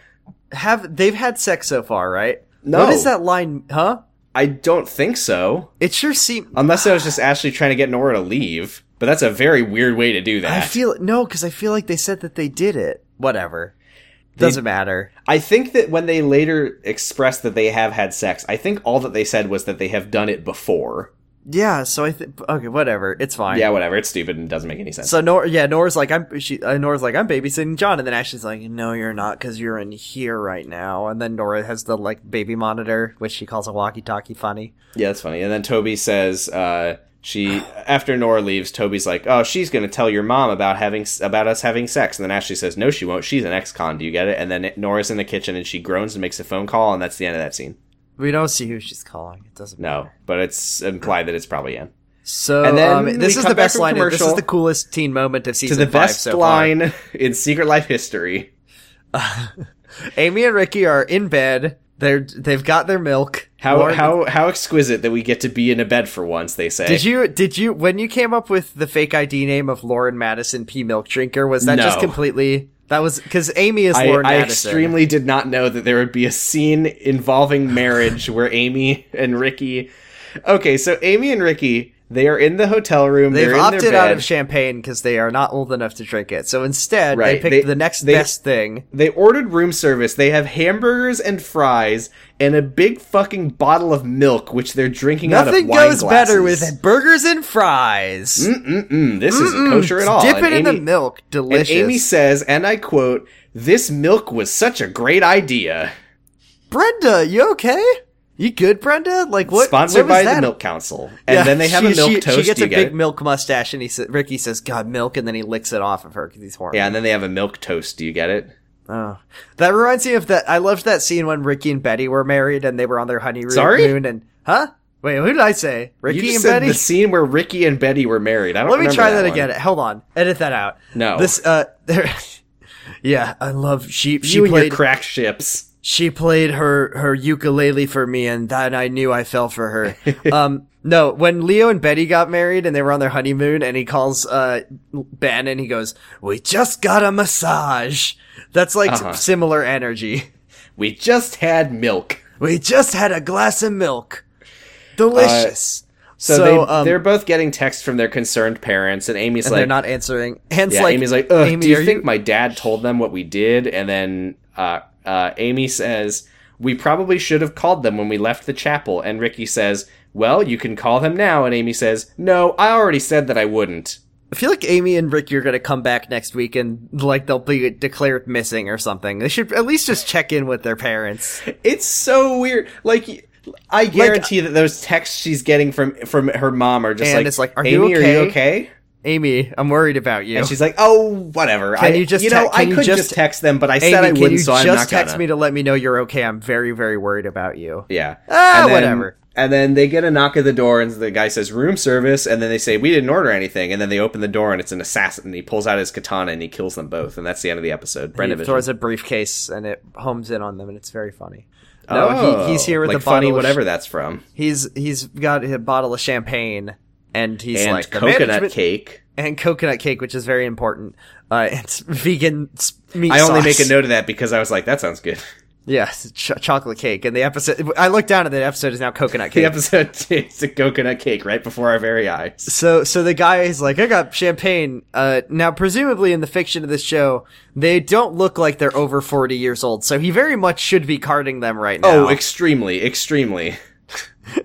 have? They've had sex so far, right?
No.
What is that line? Huh?
I don't think so.
It sure seems.
Unless it was just Ashley trying to get Nora to leave." But that's a very weird way to do
I
that.
feel no, because I feel like they said that they did it. Whatever. Doesn't matter.
I think that when they later expressed that they have had sex, I think all that they said was that they have done it before.
Yeah. So I think. Okay. Whatever. It's fine.
Yeah, whatever. It's stupid and doesn't make any sense.
So Nora, yeah, Nora's like, I'm she, uh, Nora's like, I'm babysitting John, and then Ashley's like, No, you're not, because you're in here right now. And then Nora has the like baby monitor, which she calls a walkie-talkie. Funny.
yeah, that's funny. And then Toby says uh, she after Nora leaves, Toby's like, "Oh, she's going to tell your mom about having s- about us having sex." And then Ashley says, "No, she won't. She's an ex-con. Do you get it?" And then it- Nora's in the kitchen and she groans and makes a phone call, and that's the end of that scene.
We don't see who she's calling. It doesn't. matter.
No, but it's implied that it's probably Anne.
So
And then
um,
we
this is
come
the
back
best
from
line. This is
commercial
the coolest teen moment of
To
season
the
five
best
so
line in Secret Life history.
far. Amy and Ricky are in bed. They're they've got their milk.
How
Lauren-
how how exquisite that we get to be in a bed for once. They say.
Did you did you when you came up with the fake ID name of Lauren Madison P Milk Drinker? Was that just
No.
completely that was because Amy is
I,
Lauren
I
Madison.
extremely did not know that there would be a scene involving marriage where Amy and Ricky. Okay, so Amy and Ricky, they are in the hotel room.
They've
are in
opted
their
out
bed.
of champagne because they are not old enough to drink it. So instead,
Right,
they
they-
picked the next
they-
best thing.
They ordered room service. They have hamburgers and fries and a big fucking bottle of milk, which they're drinking out
Nothing
of wine
goes better
glasses.
with burgers and fries.
Mm, this isn't kosher at all.
Dip
And
it in the
Amy-
milk.
And
Delicious.
Amy says, and I quote, "This milk was such a great idea."
Brenda, you okay? You good, Brenda? Like what?
Sponsored
what was
by
that?
the Milk Council, and
Yeah,
then they have
she-
a milk
she,
toast.
She gets
Do
a
you get
big
it?
milk mustache, and he sa- Ricky says, "God, milk," and then he licks it off of her because he's horny.
Yeah, and then they have a milk toast. Do you get it?
Oh. That reminds me of that. I loved that scene when Ricky and Betty were married and they were on their honeymoon.
Sorry?
And huh? Wait, who did I say?
You
Ricky
just
and
said
Betty.
the scene where Ricky and Betty were married. I don't.
Let me
remember
try that,
one.
again. Hold on, edit that out.
No.
This uh, there. (laughs) yeah, I love she. She
You and
played.
your crack ships.
she played her her ukulele for me, and then I knew I fell for her.
(laughs)
um, no, when Leo and Betty got married and they were on their honeymoon, and he calls uh Ben and he goes, "We just got a massage." That's like
Uh-huh.
similar energy. (laughs)
We just had milk.
We just had a glass of milk. Delicious.
Uh, So,
So,
they,
um,
they're both getting texts from their concerned parents, and Amy's
and
like,
they're not answering. Hands
yeah,
like,
Amy's like, Ugh,
Amy,
do you
are
think my dad told them what we did? And then uh, uh, Amy says, we probably should have called them when we left the chapel. And Ricky says, well, you can call them now. And Amy says, no, I already said that I wouldn't.
I feel like Amy and Ricky are gonna come back next week and like they'll be declared missing or something. They should at least just check in with their parents.
It's so weird. Like I guarantee that those texts she's getting from from her mom are just
And
like,
it's like, "Are
Amy,
you
Are you
okay?"
okay?
Amy, I'm worried about you.
And she's like, "Oh, whatever. I,
you just
you know
te-
I
can you
could
just-
just, text them, but I
Amy,
said I
can
wouldn't,
you
so I'm
just
not
text
gonna."
me to let me know you're okay? I'm very, very worried about you.
yeah.
Ah,
And then-
whatever.
And then they get a knock at the door, and the guy says, "Room service." And then they say, "We didn't order anything." And then they open the door, and it's an assassin. And he pulls out his katana and he kills them both. And that's the end of the episode.
He
Brenda
throws a briefcase and it homes in on them, and it's very funny. No,
oh,
he, he's here with
like
the bottle
funny
of-
whatever that's from,
He's he's got a bottle of champagne, and he's
and
like the
coconut
management-
cake.
and coconut cake, which is very important. Uh, it's vegan s- meat.
I only
sauce.
make a note of that because I was like, "That sounds good."
Yes, ch- chocolate cake. And the episode, I looked down at the episode is now coconut
The
cake.
episode (laughs) tastes a coconut cake right before our very eyes.
so, so the guy is like, I got champagne. Uh, now presumably in the fiction of this show, they don't look like they're over 40 years old. So he very much should be carding them right now.
Oh, extremely, extremely.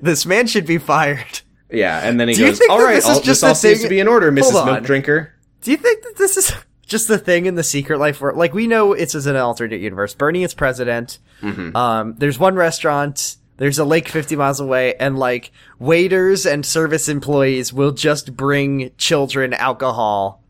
this man should be fired.
Yeah, and then he
Do you
goes,
think
"All
that
right,
this is
all,
just
this all
the
seems
thing-
to be in order,
Hold
Mrs.
on.
Milk Drinker."
Do you think that this is (laughs) just the thing in the secret life where, like, we know it's as an alternate universe? Bernie is president.
Mm-hmm.
Um, there's one restaurant. There's a lake 50 miles away, and like waiters and service employees will just bring children alcohol.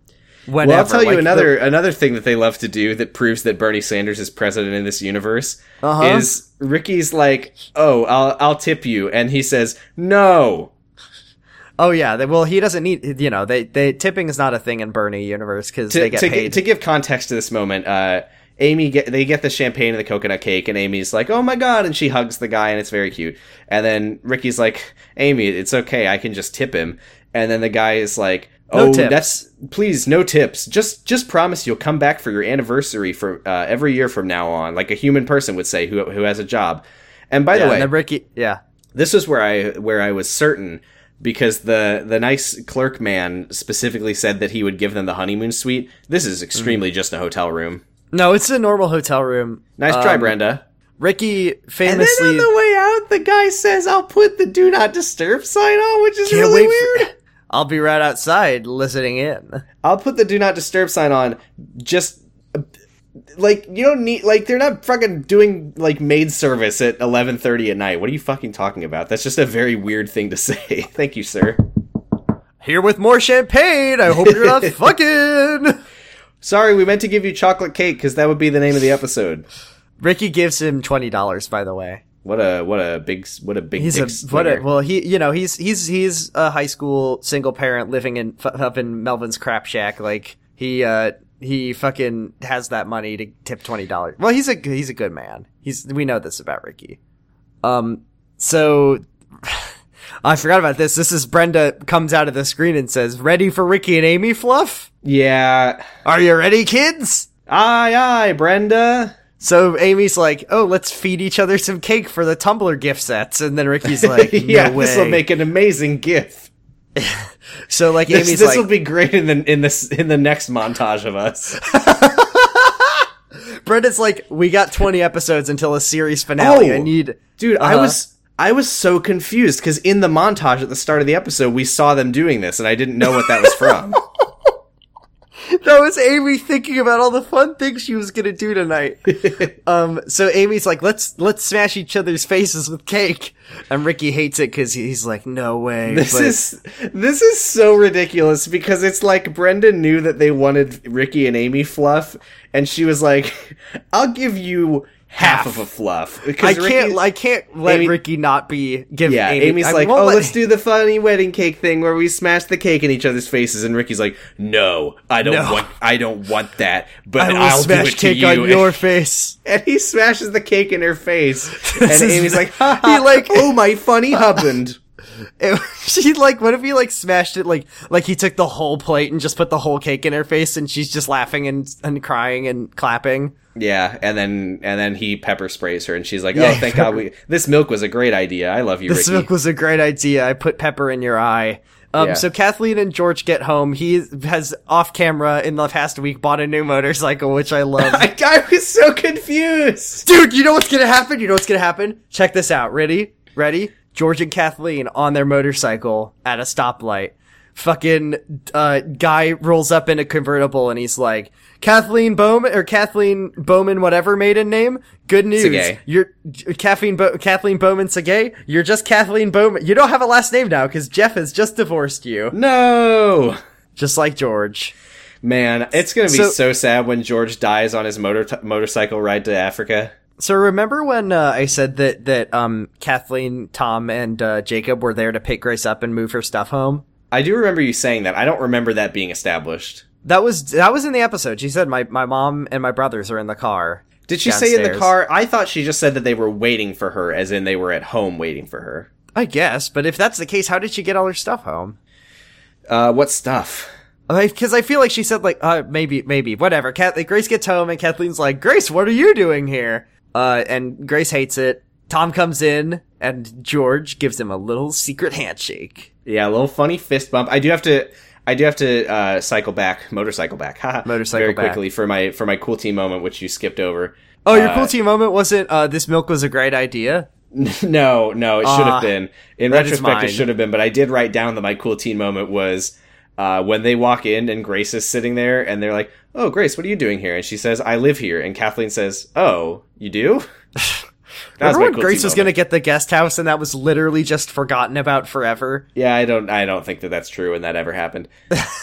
Whenever.
Well, I'll tell you
Like,
another another thing that they love to do that proves that Bernie Sanders is president in this universe
Uh-huh.
is Ricky's like, "Oh, I'll I'll tip you," and he says, "No."
the- oh yeah. They, well, he doesn't need. You know, they they tipping is not a thing in Bernie universe because
To
they get
to, gi-
paid.
to give context to this moment, uh, Amy get they get the champagne and the coconut cake, and Amy's like, "Oh my god!" and she hugs the guy, and it's very cute. And then Ricky's like, "Amy, it's okay, I can just tip him." And then the guy is like.
No
oh,
tips."
that's please no tips. Just just promise you'll come back for your anniversary for uh, every year from now on, like a human person would say who who has a job. And by
yeah,
the way,
and then Ricky. Yeah.
this is where I where I was certain because the the nice clerk man specifically said that he would give them the honeymoon suite. This is extremely just a hotel room.
No, it's a normal hotel room.
Nice try,
Um,
Brenda.
Ricky
And then
famously.
on the way out, the guy says, "I'll put the do not disturb sign on," which is
Can't
really
wait for-
weird.
(laughs) I'll be right outside listening in.
(laughs) I'll put the do not disturb sign on. Just like you don't need like they're not fucking doing like maid service at 11:30 at night. What are you fucking talking about? That's just a very weird thing to (laughs) say. Thank you, sir.
Here with more champagne. I hope
(laughs)
you're not fucking.
Sorry, we meant to give you chocolate cake because that would be the name of the episode.
Ricky gives him twenty dollars. By the way,
What a what a big what a big
he's
dick
a what? A,
slinger.
well, he you know he's he's he's a high school single parent living in f- up in Melvin's crap shack. Like he uh he fucking has that money to tip twenty dollars. Well, he's a he's a good man. He's we know this about Ricky. Um, so. (sighs) I forgot about this. This is Brenda comes out of the screen and says, "Ready for Ricky and Amy fluff?
yeah.
Are you ready, kids?"
Aye aye, Brenda.
So Amy's like, "Oh, let's feed each other some cake for the Tumblr gift sets," and then Ricky's like, "No
(laughs) yeah,
way."
this will make an amazing gif.
so like
This,
Amy's
this
like,
will be great in the in this in the next montage of us.
Brenda's like, "We got twenty episodes until a series finale.
Oh,
I need,
Dude, I
Uh-huh.
was I was so confused because in the montage at the start of the episode we saw them doing this and I didn't know what that was from.
That was Amy thinking about all the fun things she was gonna
(laughs)
do tonight. um, so Amy's like, "Let's let's smash each other's faces with cake," and Ricky hates it because he's like, "No way."
This
but-
is this is so ridiculous because it's like Brenda knew that they wanted Ricky and Amy fluff, and she was like, (laughs) "I'll give you half, of a fluff."
I
Because
can't. I can't let
Amy-
Ricky not be giving.
yeah,
Amy,
Amy's
I
like,
won't
"Oh,
let-
let's do the funny wedding cake thing where we smash the cake in each other's faces," and Ricky's like, "No, I don't
No.
want, I don't want that,
I
but
will
I'll do
smash
it to
cake
you." (laughs)
on
And-
your face."
and he smashes the cake in her
(laughs)
face, and
is-
Amy's like, ha,
(laughs) he,
ha,
like-
(laughs) oh my funny
(laughs)
husband."
It, she like, what if he like smashed it like like he took the whole plate and just put the whole cake in her face, and she's just laughing and and crying and clapping.
Yeah, and then and then he pepper sprays her, and she's like,
Yeah,
"Oh, thank God, we this milk was a great idea. I love you,
This
Ricky."
milk was a great idea. I put pepper in your eye. Um,
Yeah.
so Kathleen and George get home. He has off camera in the past week bought a new motorcycle, which
(laughs)
I
(laughs)
love.
I, I was so confused.
Dude, you know what's gonna happen? You know what's gonna happen? Check this out. Ready? Ready? George and Kathleen on their motorcycle at a stoplight. Fucking uh, guy rolls up in a convertible and he's like, Kathleen Bowman or Kathleen Bowman, whatever maiden name. Good news,
Segay.
you're Kathleen Bo- Kathleen Bowman Segay. You're just Kathleen Bowman. You don't have a last name now because Jeff has just divorced you,
No,
just like George.
man, it's gonna be
So-
so, sad when George dies on his motor motorcycle ride to Africa.
So remember when uh, I said that that um, Kathleen, Tom, and uh, Jacob were there to pick Grace up and move her stuff home?
I do remember you saying that. I don't remember that being established.
That was that was in the episode. She said my my mom and my brothers are in the car.
Did she say in the
Downstairs.
car? I thought she just said that they were waiting for her, as in they were at home waiting for her.
I guess, but if that's the case, how did she get all her stuff home?
Uh, what stuff?
Because I feel like she said like uh, maybe maybe whatever. Kath- Grace gets home and Kathleen's like Grace, what are you doing here? Uh, and Grace hates it. Tom comes in, and George gives him a little secret handshake.
Yeah, a little funny fist bump. I do have to. I do have to uh, cycle back, motorcycle back, (laughs) haha,
Motorcycle
very
back.
quickly for my for my cool team moment, which you skipped over. (laughs)
Oh, your
Uh,
cool team moment wasn't uh, this milk was a great idea.
No, no, it should
Ah,
have been. In
that is
retrospect, it
mine.
should have been. But I did write down that my cool teen moment was uh, when they walk in and Grace is sitting there, and they're like, "Oh, Grace, what are you doing here?" And she says, "I live here." And Kathleen says, "Oh, you do?" (laughs) that
Remember when
cool
Grace
teen
was
moment.
going to get the guest house, and that was literally just forgotten about forever. (laughs)
Yeah, I don't. I don't think that that's true, and that ever happened.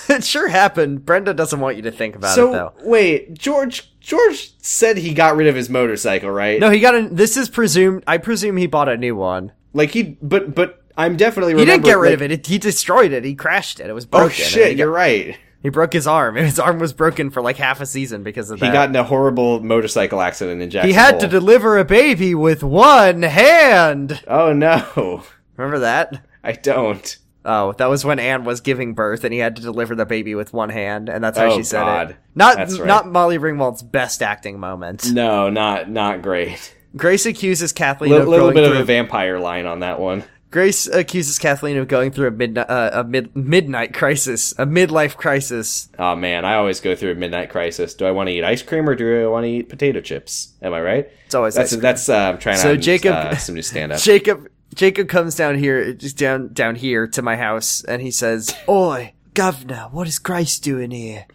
it sure happened. Brenda doesn't want you to think about it
So
though.
wait, George. George said he got rid of his motorcycle, right?
No, he got an. This is presumed. I presume he bought a new one.
Like he, but but I'm definitely.
He didn't get rid of it. it. He destroyed it. He crashed it. It was broken.
Oh shit! You're right.
He broke his arm. (laughs) His arm was broken for like half a season because of
He
that.
got in a horrible motorcycle accident in Jackson.
He had to
Hole.
deliver a baby with one hand.
Oh no, (laughs)
Remember that?
I don't.
Oh, that was when Anne was giving birth, and he had to deliver the baby with one hand, and that's how
Oh,
she said
God.
it. Not
That's right.
not Molly Ringwald's best acting moment.
No, not not great.
Grace accuses Kathleen
A
of
little
going
bit of
through-
a vampire line on that one.
Grace accuses Kathleen of going through a midnight uh, a mid- midnight crisis, a midlife crisis.
Oh man, I always go through a midnight crisis. Do I want to eat ice cream or do I want to eat potato chips? Am I right?
It's always
that's
ice cream.
that's uh, I'm trying
So
out
Jacob-
uh, some new stand up.
Jacob Jacob comes down here, just down down here to my house, and he says, "Oi, governor, what is Grace doing here?"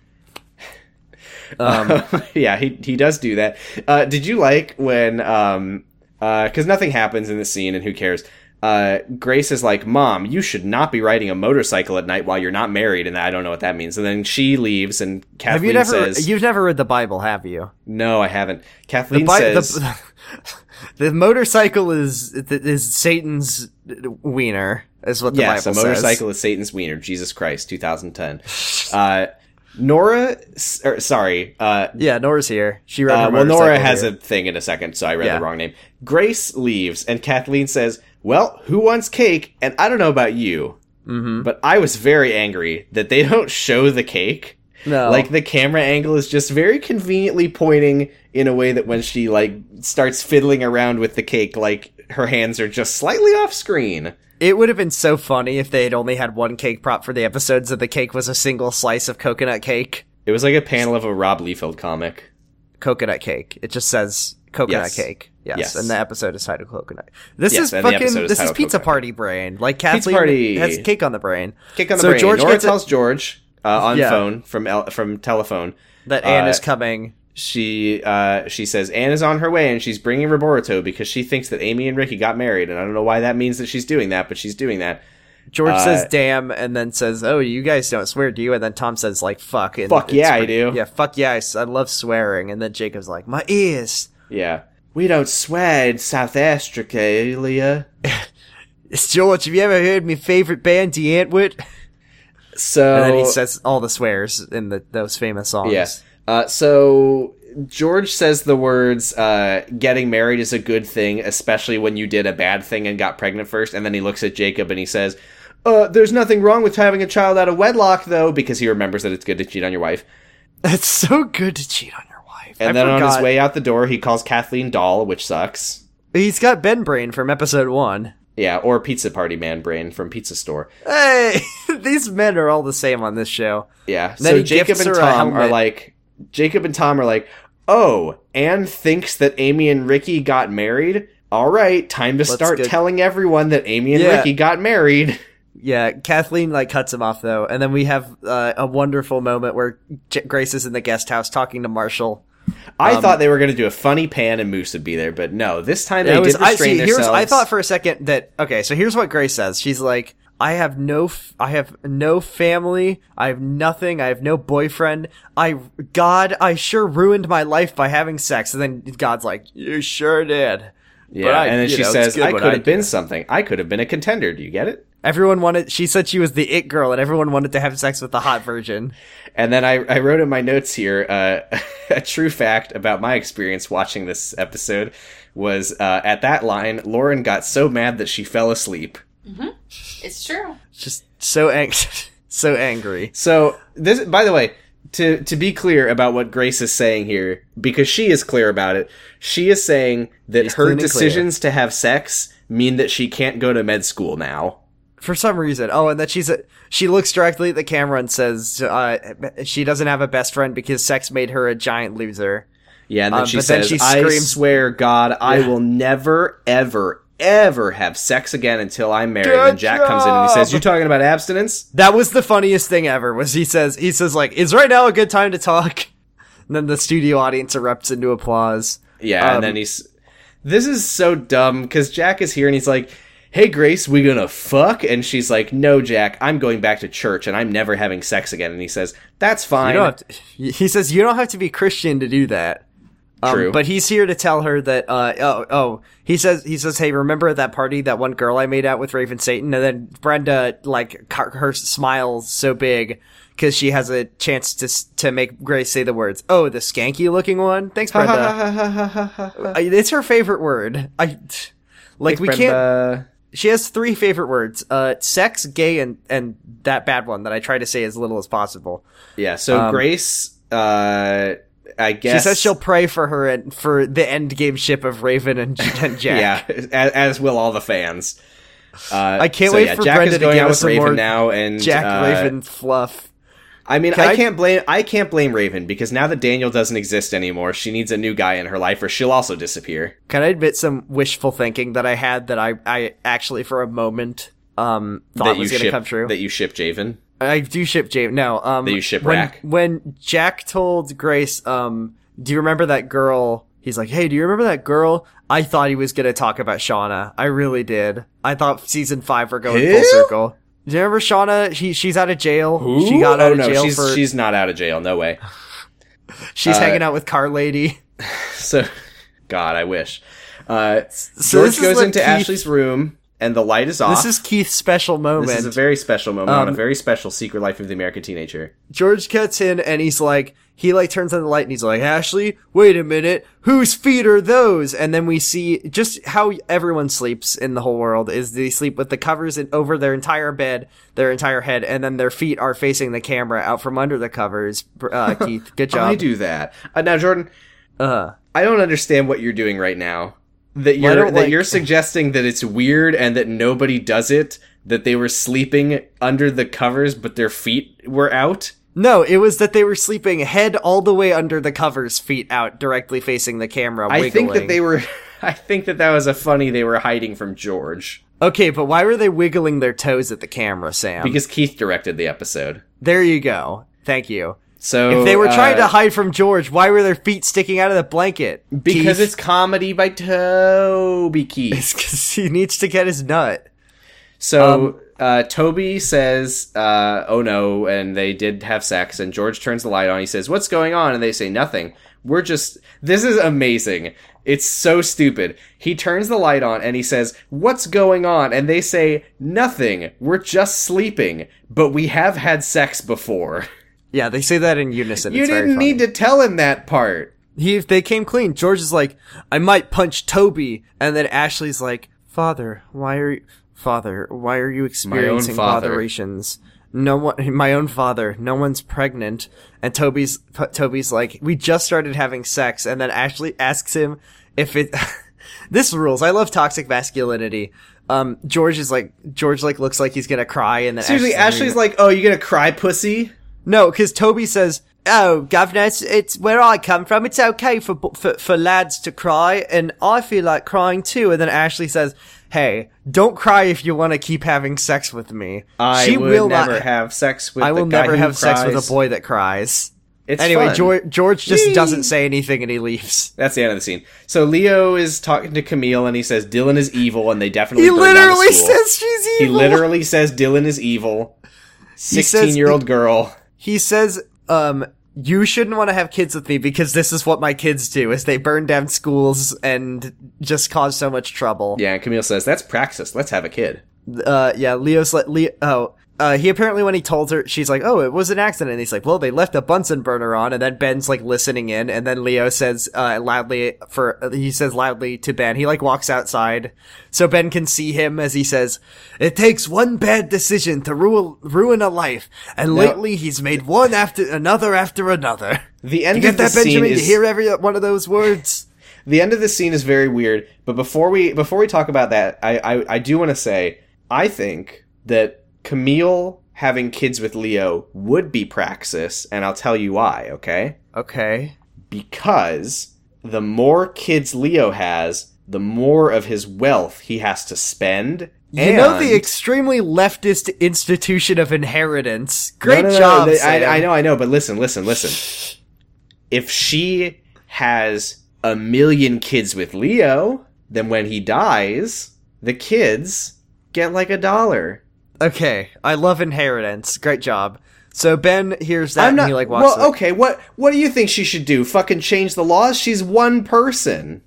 Um,
(laughs) yeah, he he does do that. Uh, did you like when um uh 'cause because nothing happens in the scene and who cares? Uh, Grace is like, "Mom, you should not be riding a motorcycle at night while you're not married," and I don't know what that means. And then she leaves, and
Have
Kathleen
you never?
says,
You've never read the Bible, have you?
"No, I haven't." Kathleen
Bi-
says,
(laughs) the, the motorcycle is is Satan's wiener, is what the
Yes,
Bible
a
says.
motorcycle is Satan's wiener. Jesus Christ, 2010. Uh, Nora, s- or, sorry. Uh,
Yeah, Nora's here. She read.
uh,
her
well, Nora
motorcycle
has
here.
a thing in a second, so I read
Yeah.
the wrong name. Grace leaves, and Kathleen says, "Well, who wants cake?" And I don't know about you,
Mm-hmm.
but I was very angry that they (laughs) don't show the cake.
No.
like the camera angle is just very conveniently pointing in a way that when she like starts fiddling around with the cake, like her hands are just slightly off screen.
It would have been so funny if they had only had one cake prop for the episodes that the cake was a single slice of coconut cake.
It was like a panel of a Rob Liefeld comic.
Coconut cake. It just says coconut
Yes.
cake. Yes.
Yes.
And the episode is titled coconut. This
Yes,
is
and the
fucking
episode is
this is
titled
pizza
Coconut
party brain. Like Kathleen
party.
has cake on the brain.
Kick on the
so
brain.
George
Nora
gets a-
tells George uh, on
Yeah.
phone from el- from telephone.
that Anne
uh,
is coming.
She uh, she says Anne is on her way and she's bringing Roboruto because she thinks that Amy and Ricky got married and I don't know why that means that she's doing that but she's doing that.
George
uh,
says damn and then says, "Oh, you guys don't swear, do you?" And then Tom says like fuck and
Fuck
it's
yeah, I
pretty-
do.
Yeah, fuck yeah, I, s- I love swearing. And then Jacob's like, "My ears."
Yeah, we don't swear in South Australia.
It's George, have you ever heard my favorite band, De Antwoord?
So
And then he says all the swears in the, those famous songs.
Yes. Uh, so George says the words uh, "getting married is a good thing, especially when you did a bad thing and got pregnant first. And then he looks at Jacob and he says, uh, "There's nothing wrong with having a child out of wedlock, though, because he remembers that it's good to cheat on your wife."
That's so good to cheat on your wife.
And
I
then on his
forgot.
way out the door, he calls Kathleen doll, which sucks.
He's got Ben Brain from episode one.
Yeah, or Pizza Party Man Brain from Pizza Store.
Hey, (laughs) these men are all the same on this show.
Yeah.
Then
so
he
Jacob
gifts
and
her a
Tom are
helmet.
like, Jacob and Tom are like, oh, Anne thinks that Amy and Ricky got married. All right, time to start
go-
telling everyone that Amy and
Yeah.
Ricky got married.
Yeah, Kathleen like cuts him off though, and then we have uh, a wonderful moment where J- Grace is in the guest house talking to Marshall. Um,
I thought they were going to do a funny pan and Moose would be there, but no. This time they
It was-
did restrain
I see, here's-
themselves.
I thought for a second that okay, so here's what Grace says. She's like, "I have no, f- I have no family. I have nothing. I have no boyfriend. I, God, I sure ruined my life by having sex." And then God's like, "You sure did."
yeah,
But I-
and then
you
she
know, it's
says,
good
"I
what
could have
did."
been something. I could have been a contender." Do you get it?
Everyone wanted. She said she was the it girl, and everyone wanted to have sex with the hot virgin.
And then I, I wrote in my notes here uh, (laughs) a true fact about my experience watching this episode was uh, at that line, Lauren got so mad that she fell asleep.
It's true.
Just so ang- (laughs) so angry.
So this, by the way, to to be clear about what Grace is saying here, because she is clear about it, she is saying that
She's clean
her
and clear.
decisions to have sex mean that she can't go to med school now.
for some reason. Oh, and that she's a, she looks directly at the camera and says uh, she doesn't have a best friend because sex made her a giant loser.
Yeah, and then
Um,
she
but then
says,
she
"I
screams-
swear, God, I will never, ever, ever have sex again until I'm married."
Good
and Jack comes in and he says,
job!
"You talking about abstinence?"
That was the funniest thing ever. Was he says he says like, "Is right now a good time to talk?" (laughs) And then the studio audience erupts into applause.
Yeah,
Um,
and then he's. This is so dumb because Jack is here and he's like, "Hey, Grace, we gonna fuck?" And she's like, "No, Jack, I'm going back to church and I'm never having sex again." And he says, "That's
You
fine."
don't have to, (laughs) he says you don't have to be Christian to do that. Um,
True.
But he's here to tell her that uh, oh oh he says he says hey remember at that party that one girl I made out with Raven Satan and then Brenda like ca- her smile's so big because she has a chance to s- to make Grace say the words oh the skanky looking one thanks Brenda I- it's her favorite word I like we can't
Brenda.
she has three favorite words uh sex gay and and that bad one that I try to say as little as possible
Yeah, so
Um,
Grace, uh, I
She
guess
says she'll pray for her and for the end game ship of Raven and, (laughs) and Jack.
Yeah, as, as will all the fans. Uh,
I can't wait for
Jack
Brenda
is
to
going
give
out
us
with
some
Raven
more
now, and
Jack
uh,
Raven fluff.
I mean,
Can
I
I-
can't blame I can't blame Raven because now that Daniel doesn't exist anymore, she needs a new guy in her life, or she'll also disappear.
Can I admit some wishful thinking that I had that I, I actually for a moment um thought
that you
was gonna
ship
come true?
that you ship Javen.
I do ship James. No, um
That you ship
when,
Rack.
when Jack told Grace, um, do you remember that girl? He's like, Hey, do you remember that girl? I thought he was gonna talk about Shauna. I really did. I thought season five were going
Who?
full circle. Do you remember Shauna? She she's out of jail. She got out
oh
of
no,
jail
she's
for
she's not out of jail. No way. (laughs)
She's
Uh,
hanging out with Car Lady. (laughs)
So, God, I wish. Uh,
So
George
this is
goes
like
into
Keith-
Ashley's room, and the light is off.
This is Keith's special moment.
This is a very special moment on a
Um,
very special secret life of the American teenager.
George cuts in and he's like, he like turns on the light and he's like, Ashley, wait a minute, whose feet are those? And then we see just how everyone sleeps in the whole world is they sleep with the covers in, over their entire bed, their entire head, and then their feet are facing the camera out from under the covers.
(laughs)
Uh, Keith, good job.
I do that. Uh, now, Jordan,
Uh,
I don't understand what you're doing right now. That
Well, I
you're
don't
that
like-
you're suggesting that it's weird and that nobody does it. That they were sleeping under the covers, but their feet were out.
no, it was that they were sleeping head all the way under the covers, feet out, directly facing the camera.
I think that
wiggling.
they were. (laughs) I think that that was a funny. They were hiding from George
Okay, but why were they wiggling their toes at the camera, Sam?
because Keith directed the episode.
there you go. Thank you.
So
If they were trying to
uh,
hide from George, why were their feet sticking out of the blanket?
because
(laughs) Keith?
it's comedy by Toby Keith.
it's because he needs to get his nut.
So
Um,
uh, Toby says, uh, "Oh no!" and they did have sex. And George turns the light on. He says, "What's going on?" and they say, "Nothing. We're just this is amazing. It's so stupid." He turns the light on and he says, "What's going on?" and they say, "Nothing. We're just sleeping, but we have had sex before."
Yeah, they say that in unison.
you didn't need to tell him that part.
He, they came clean. George is like, I might punch Toby, and then Ashley's like, Father, why are you, Father, why are you experiencing
father."
botherations? No one, my own father. No one's pregnant, and Toby's P- Toby's like, we just started having sex, and then Ashley asks him if it. (laughs) this rules. I love toxic masculinity. Um, George is like, George like looks like he's gonna cry, and then
Seriously, Ashley's like, "Oh, you gonna cry, pussy?"
no, because Toby says, "Oh, governor, it's, it's where I come from. It's okay for, bo- for for lads to cry, and I feel like crying too." And then Ashley says, "Hey, don't cry if you want to keep having sex with me.
I
she
would
will
never
not.
have sex with.
I
the
will
guy
never
who
have sex with
cries.
a boy that cries."
It's
anyway,
fun.
George, George just
Yee.
doesn't say anything and he leaves.
That's the end of the scene. So Leo is talking to Camille and he says Dylan is evil and they definitely
He
burned down the
literally
school.
says she's
he
evil.
literally says Dylan is evil.
says-
Sixteen year old girl.
he says, um, you shouldn't want to have kids with me because this is what my kids do: is they burn down schools and just cause so much trouble.
Yeah, and Camille says that's praxis. Let's have a kid.
uh yeah leo's like leo oh uh, he apparently when he told her, she's like, "Oh, it was an accident." And he's like, "Well, they left a Bunsen burner on." And then Ben's like listening in, and then Leo says uh, loudly for he says loudly to Ben. He like walks outside, so Ben can see him as he says, "It takes one bad decision to ruin ruin a life, and lately he's made one after another after another."
The end
You
of
get
the
that, Benjamin?
scene is
You hear every one of those words.
the end of this scene is very weird. But before we before we talk about that, I I, I do want to say I think that Camille having kids with Leo would be Praxis, and I'll tell you why. Okay,
okay.
because the more kids Leo has, the more of his wealth he has to spend.
You know the
and-
extremely leftist institution of inheritance.
No,
Great
no, no,
job.
they-
Sam.
I, I know, I know, but listen, listen, listen.
(sighs)
If she has a million kids with Leo, then when he dies, the kids get like a dollar.
Okay, I love inheritance. Great job. So Ben hears that and he like walks.
well,
away.
okay. What what do you think she should do? Fucking change the laws? She's one person.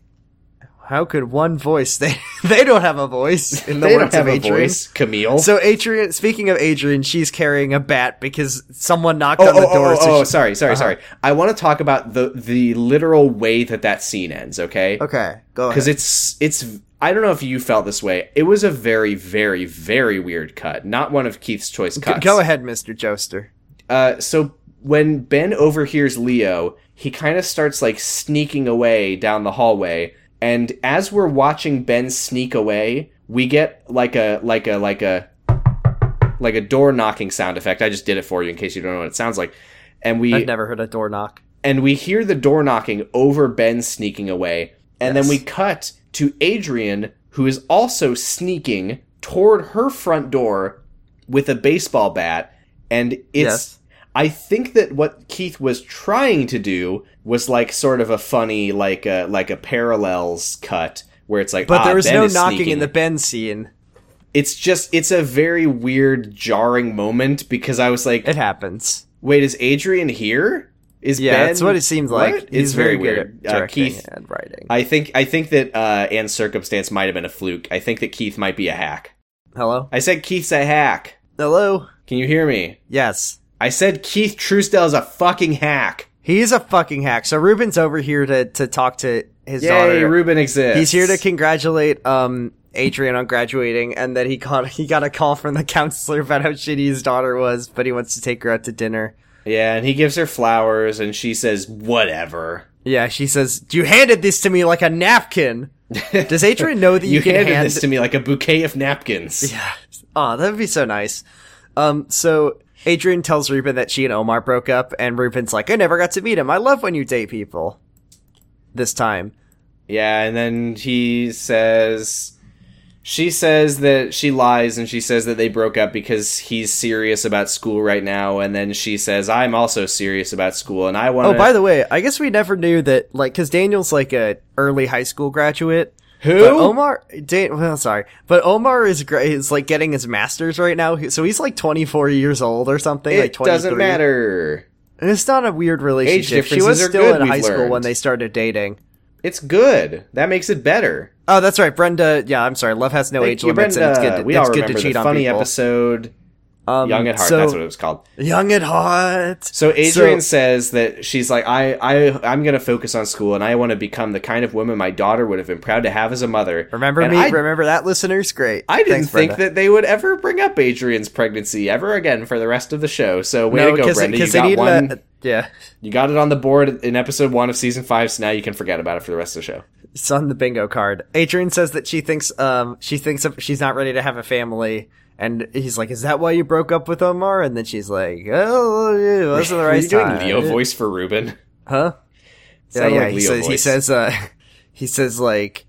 How could one voice? (laughs) They they don't have a voice in the
they don't
words
have
of
a
Adrian.
voice, Camille.
So Adrian, speaking of Adrian, she's carrying a bat because someone knocked
oh,
on the
oh,
door.
oh,
so
oh,
she-
sorry, sorry, sorry. I want to talk about the the literal way that that scene ends. Okay.
Okay, go
because
ahead.
it's it's I don't know if you felt this way. It was a very very very weird cut, not one of Keith's choice cuts.
Go ahead, Mister Joester.
Uh, so when Ben overhears Leo, he kind of starts like sneaking away down the hallway, and as we're watching Ben sneak away, we get like a like a like a like a door knocking sound effect. I just did it for you in case you don't know what it sounds like. And we
I've never heard a door knock.
and we hear the door knocking over Ben sneaking away, and
Yes.
then we cut to Adrian, who is also sneaking toward her front door with a baseball bat, and it's.
Yes.
I think that what Keith was trying to do was like sort of a funny, like a like a parallels cut where it's like,
But
ah,
there was
Ben
no
is
knocking
sneaking
in the Ben scene.
It's just it's a very weird, jarring moment because I was like,
It happens.
wait, is Adrian here? Is
Yeah,
Ben?
that's what it seems
What?
like.
It's
He's
very,
very,
weird.
good at
Uh,
directing
Keith,
and writing.
I think I think that uh, Anne's circumstance might have been a fluke. I think that Keith might be a hack.
Hello,
I said Keith's a hack.
hello.
Can you hear me?
Yes.
I said Keith Truesdell is a fucking hack.
He's a fucking hack. So Ruben's over here to to talk to his
Yay,
daughter.
Ruben exists.
He's here to congratulate um Adrian on graduating, and that he got he got a call from the counselor about how shitty his daughter was, but he wants to take her out to dinner.
yeah, and he gives her flowers, and she says whatever.
Yeah, she says, "You handed this to me like a napkin."
(laughs)
Does Adrian know that (laughs) you,
You,
can
handed
hand
this to me like a bouquet of napkins.
Yeah. (laughs) Oh, that would be so nice. Um, so Adrian tells Ruben that she and Omar broke up, and Ruben's like, "I never got to meet him. I love when you date people." This time,
Yeah, and then he says she says that she lies and she says that they broke up because he's serious about school right now and then she says I'm also serious about school and I want
Oh, by the way, I guess we never knew that, like, because Daniel's like a early high school graduate.
Who?
But Omar, Dan- well, sorry, but Omar is gra- is like getting his master's right now, he- so he's like 24 years old or something. like
it
23.
doesn't matter.
And it's not a weird relationship. She
differences
was
are
still
good,
in
we've
high school when
learned.
they started dating.
It's good. That makes it better.
Oh, that's right, Brenda. Yeah, I'm sorry. Love has no
Thank
age
you,
limits, and it's
Brenda.
good. To,
uh, we all
it's good
remember
to cheat
the
on
funny
people.
episode
Um,
Young at Heart.
so-
that's what it was called.
Young at heart.
So Adrian says that she's like, I, I, I'm gonna focus on school, and I want to become the kind of woman my daughter would have been proud to have as a mother.
remember
And
me?
I
remember that, listeners? Great.
I didn't
Thanks,
think
Brenda.
that they would ever bring up Adrian's pregnancy ever again for the rest of the show. So way
no,
to go,
'cause-
Brenda! You
'cause they
got
needed
one.
a- yeah.
You got it on the board in episode one of season five. So now you can forget about it for the rest of the show.
It's on the bingo card. Adrian says that she thinks um she thinks of, she's not ready to have a family, and he's like, "Is that why you broke up with Omar?" And then she's like, "Oh, it
(laughs)
wasn't the
Are
right
you doing
time."
Leo voice for Ruben?
Huh? Yeah,
Sounded
yeah.
like
he
Leo
says. He
voice.
says. Uh, (laughs) he says like,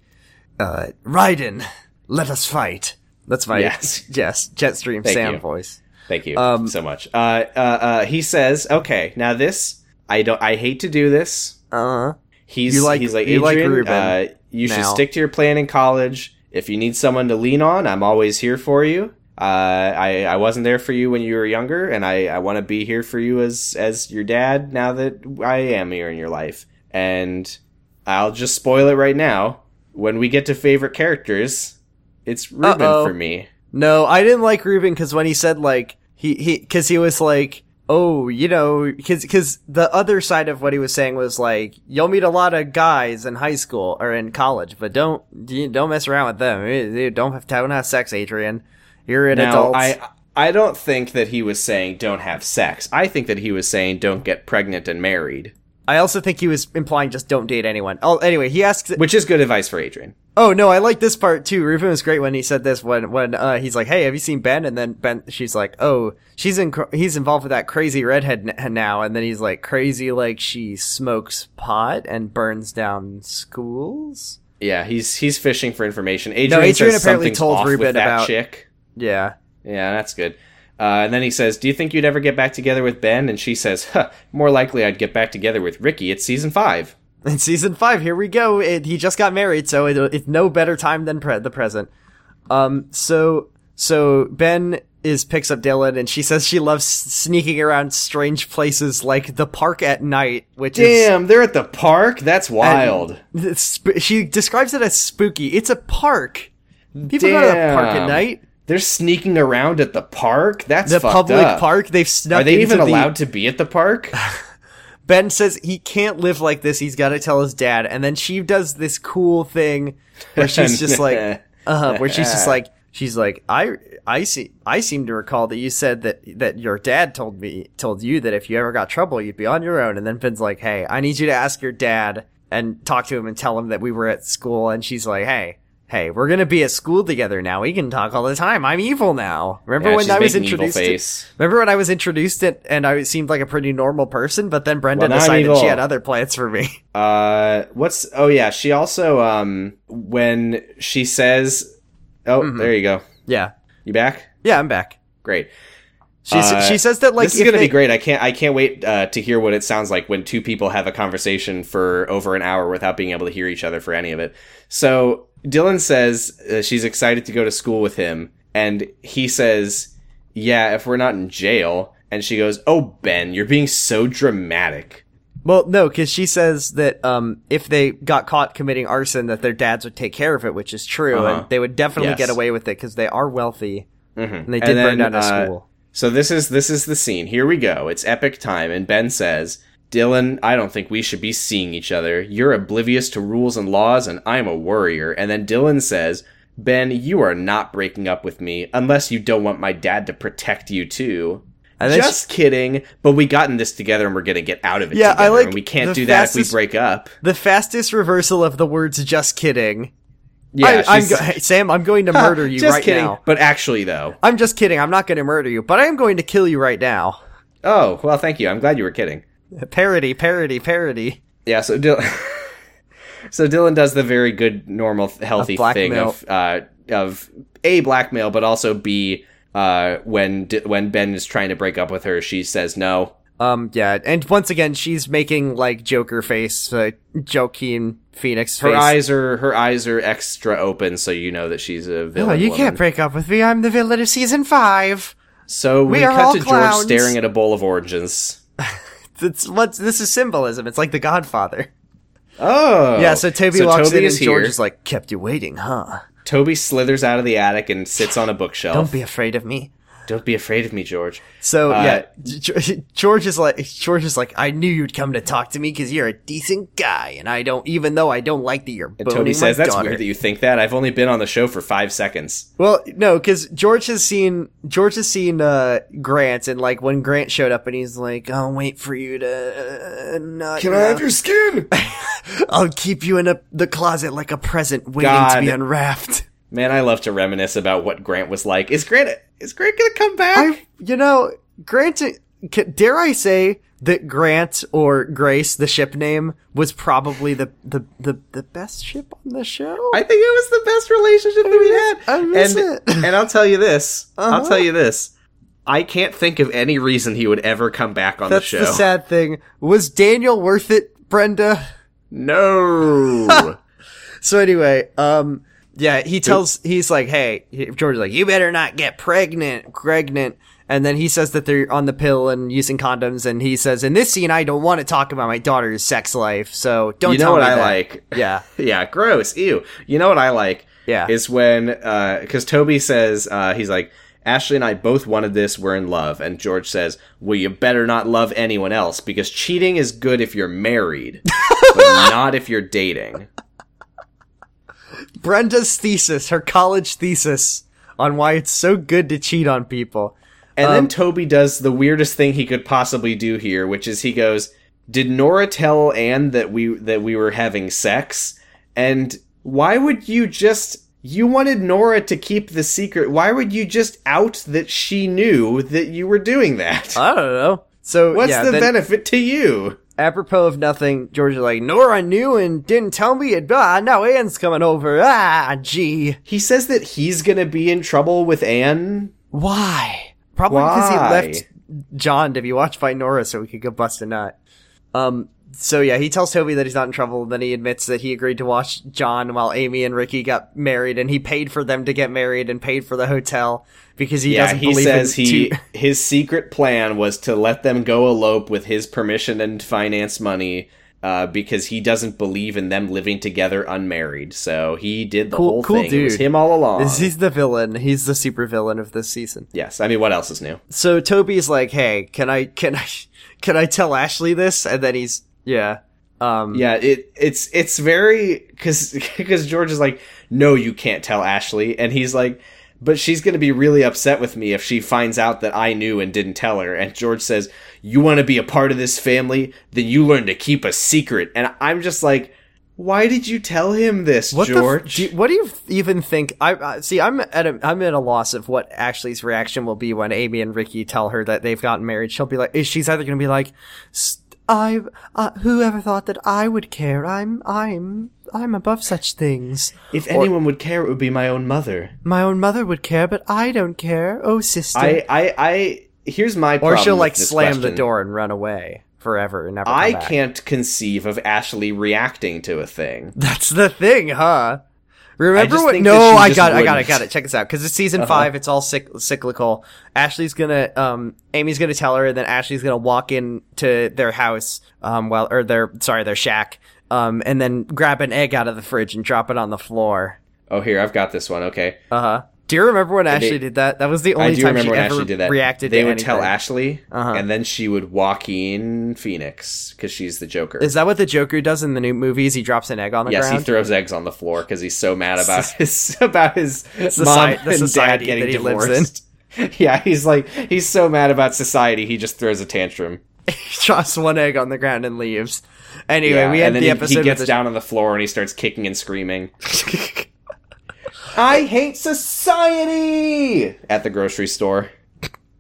uh, "Raiden, let us fight." That's my
Yes.
(laughs) yes Jetstream
Thank
Sam
you.
voice.
Thank you
Um,
so much. Uh, uh, uh, he says, "Okay, now this I don't. I hate to do this.
Uh huh.
He's
You like-
he's like
you like
Adrian.
Ruben
uh, you should
now."
stick to your plan in college. If you need someone to lean on, I'm always here for you. Uh, I I wasn't there for you when you were younger, and I, I want to be here for you as as your dad now that I am here in your life. And I'll just spoil it right now. When we get to favorite characters, it's Ruben
Uh-oh.
for me.
No, I didn't like Ruben because when he said like He he, because he was like, oh, you know, because because the other side of what he was saying was like, you'll meet a lot of guys in high school or in college, but don't you don't mess around with them. You- you Don't have don't have sex, Adrian. You're an
Now,
adult.
I I don't think that he was saying don't have sex. I think that he was saying don't get pregnant and married,
I also think he was implying just don't date anyone. Oh, anyway, he asks.
which is good advice for Adrian.
Oh no, I like this part too. Ruben was great when he said this when when uh, he's like, "Hey, have you seen Ben?" And then Ben, she's like, "Oh, she's in. cr- He's involved with that crazy redhead n- now." And then he's like, "Crazy, like she smokes pot and burns down schools."
Yeah, he's he's fishing for information. Adrian,
Adrian
says
apparently
something's
told
off
Ruben
with that
about-
chick.
Yeah,
Yeah, that's good. Uh, and then he says, "Do you think you'd ever get back together with Ben?" And she says, huh, "More likely, I'd get back together with Ricky. It's season five.
in season five, here we go. It, he just got married, so it, it's no better time than pre- the present. Um, so so Ben is picks up Dylan, and she says she loves sneaking around strange places like the park at night, which is
Damn, they're at the park. That's wild.
It's sp- She describes it as spooky. It's a park. People go to the park at
Damn.
night.
They're sneaking around at the park. That's
The
fucked
public
up.
park. They've snuck.
Are they even
into the-
allowed to be at the
(sighs)
park?
Ben says he can't live like this. He's got to tell his dad. And then she does this cool thing where
(laughs)
she's just like, uh, where she's just like, she's like, I, I see, I seem to recall that you said that that your dad told me told you that if you ever got trouble, you'd be on your own. And then Ben's like, hey, I need you to ask your dad and talk to him and tell him that we were at school. And she's like, hey. Hey, we're gonna be at school together now. We can talk all the time. I'm evil now. Remember
Yeah,
when
she's
I was
making evil
introduced? to-
face.
Remember when I was introduced it and I seemed like a pretty normal person, but then Brenda
Well, now I'm
decided she
evil.
had other plans for me. (laughs)
Uh, what's? Oh yeah, she also um when she says, oh
Mm-hmm.
there you go,
yeah.
you back?
Yeah, I'm back.
Great.
She
Uh,
s she says that like
this is
if
gonna
they-
be great. I can't I can't wait uh, to hear what it sounds like when two people have a conversation for over an hour without being able to hear each other for any of it. So Dylan says uh, she's excited to go to school with him, and he says, "Yeah, if we're not in jail." And she goes, "Oh Ben, you're being so dramatic."
Well, no, because she says that um, if they got caught committing arson, that their dads would take care of it, which is true,
Uh-huh.
and they would definitely
Yes. Mm-hmm.
get away with it because they are wealthy and they
And
did
then,
burn down a
uh,
school.
So this is this is the scene. Here we go. It's epic time, and Ben says, "Dylan, I don't think we should be seeing each other. You're oblivious to rules and laws, and I'm a worrier." And then Dylan says, "Ben, you are not breaking up with me unless you don't want my dad to protect you too."
And then
Just kidding. But we got in this together, and we're gonna get out of it.
Yeah,
together,
I like
And we can't
the
do that if we
fastest-
break up.
The fastest reversal of the words "just kidding."
Yeah,
I, am
she's-
go- hey, Sam. I'm
(laughs)
going to murder you
just
right
kidding.
now.
But actually, though,
I'm just kidding. I'm not going to murder you, but I am going to kill you right now.
oh well, thank you. I'm glad you were kidding.
Parody, parody, parody.
Yeah, so Dylan, (laughs) so Dylan does the very good, normal, healthy
Of
thing
blackmail.
of uh, of a blackmail, but also b uh, when D- when Ben is trying to break up with her, she says no.
Um, yeah, and once again, she's making like Joker face, uh, Joaquin Phoenix
Her
face.
eyes are her eyes are extra open, so you know that she's a
Oh,
villain.
you
woman.
can't break up with me. I'm the villain of season five.
So we,
We are all
cut to
clowns.
George staring at a bowl of oranges.
That's what this is symbolism. It's like The Godfather.
Oh,
yeah, so Toby walks in
Toby
and
is
George
here. Oh.
is like, "Kept you waiting, huh?
Toby slithers out of the attic and sits on a bookshelf.
Don't be afraid of me."
Don't be afraid of me, George.
So
Uh,
yeah, G- (laughs) George is like, George is like, "I knew you'd come to talk to me because you're a decent guy, and I don't, even though I don't like that you're boning
Toby
my
says, "That's
daughter."
weird that you think that. I've only been on the show for five seconds."
Well, no, because George has seen George has seen uh, Grant, and like when Grant showed up, and he's like, "I'll wait for you to uh, not. Can
skin?
I'll keep you in a, the closet like a present, waiting to
God.
be unwrapped."
(laughs) Man, I love to reminisce about what Grant was like. Is Grant is Grant gonna come back?
(laughs) I, you know, Grant. c- Dare I say that Grant or Grace, the ship name, was probably the the the, the best ship on the show.
I think it was the best relationship that we had.
I miss
and,
it.
(laughs) and I'll tell you this. I'll
Uh-huh.
tell you this. I can't think of any reason he would ever come back on
That's
the show.
the sad thing. Was Daniel worth it, Brenda? (laughs)
no.
So anyway, um, yeah, he tells he's like, "Hey, George's like, you better not get pregnant, pregnant." And then he says that they're on the pill and using condoms, and he says, "In this scene, I don't want to talk about my daughter's sex life, so don't."
you know
tell
what
me
I
that."
like?
Yeah,
(laughs) Yeah, gross. Ew. You know what I like?
Yeah.
Is when, because Toby says, uh, he's like, Ashley and I both wanted this. We're in love. And George says, Well, you better not love anyone else because cheating is good if you're married,
(laughs)
but not if you're dating.
Brenda's thesis, her college thesis on why it's so good to cheat on people.
And then
Um,
Toby does the weirdest thing he could possibly do here, which is he goes, "Did Nora tell Anne that we that we were having sex?" And why would you just you wanted Nora to keep the secret? Why would you just out that she knew that you were doing that?
I don't know. So
What's
Uh, yeah,
the
then-
benefit to you?
apropos of nothing, George is like, Nora knew and didn't tell me, and ah, now Anne's coming over. Ah, gee.
He says that he's gonna be in trouble with Anne.
Why? Probably because he
Why?
left John to be watched by Nora so he could go bust a nut. Um, so yeah, he tells Toby that he's not in trouble, then he admits that he agreed to watch John while Amy and Ricky got married, and he paid for them to get married and paid for the hotel because he
yeah,
doesn't
he
believe
says
in
he
two- (laughs)
his secret plan was to let them go elope with his permission and finance money uh, because he doesn't believe in them living together unmarried. So he did the
Cool-
whole
cool
thing. It was
dude.
him all along.
He's the villain. He's the super villain of this season.
yes, I mean, what else is new?
so Toby's like, "Hey, can I can I (laughs) can I tell Ashley this?" And then he's yeah. Um
Yeah, it it's it's very (laughs) because because George is like, no, you can't tell Ashley, and he's like, but she's gonna be really upset with me if she finds out that I knew and didn't tell her. And George says, you want to be a part of this family, then you learn to keep a secret. And I'm just like, why did you tell him this,
what
George?
the f- do you- what do you even think I uh, see I'm at a, I'm at a loss of what Ashley's reaction will be when Amy and Ricky tell her that they've gotten married. She'll be like is- she's either going to be like "S- I uh, whoever thought that I would care. I'm I'm I'm above such things.
if anyone would care, it would be my own mother.
My own mother would care, but I don't care. Oh sister.
I I I here's my
or
problem
she'll
with
like
this
slam the
question.
door and run away forever and never come
I
back.
can't conceive of Ashley reacting to a thing.
That's the thing, huh? Remember
just
what?
think
No,
that she
I
just
got, it, I got, it, I
wouldn't. Uh-huh.
got it. Check this out, because it's season five. It's all cyc- cyclical. Ashley's gonna, um, Amy's gonna tell her, and then Ashley's gonna walk in to their house, um, well, or their, sorry, their shack, um, and then grab an egg out of the fridge and drop it on the floor.
Oh, here I've got this one. Okay.
Uh huh. Do you remember when Ashley
they-
did that? That was the
I
only
do
time she
remember when
ever
Ashley did that.
reacted.
they
to
would
anything.
tell Ashley,
Uh-huh.
and then she would walk in Phoenix because she's the Joker.
Is that what the Joker does in the new movies? He drops an egg on the
yes,
ground.
he throws eggs on the floor because he's so mad
(laughs)
about his about his mom
Soci- the
and dad
society
getting
that he lives
divorced. (laughs) Yeah, he's like he's so mad about society. He just throws a tantrum.
(laughs) drops one egg on the ground and leaves. Anyway,
Yeah,
we
and
end
then
the
he-
episode.
he
with
gets
the-
down on the floor and he starts kicking and
(laughs)
screaming. I hate society at the grocery store.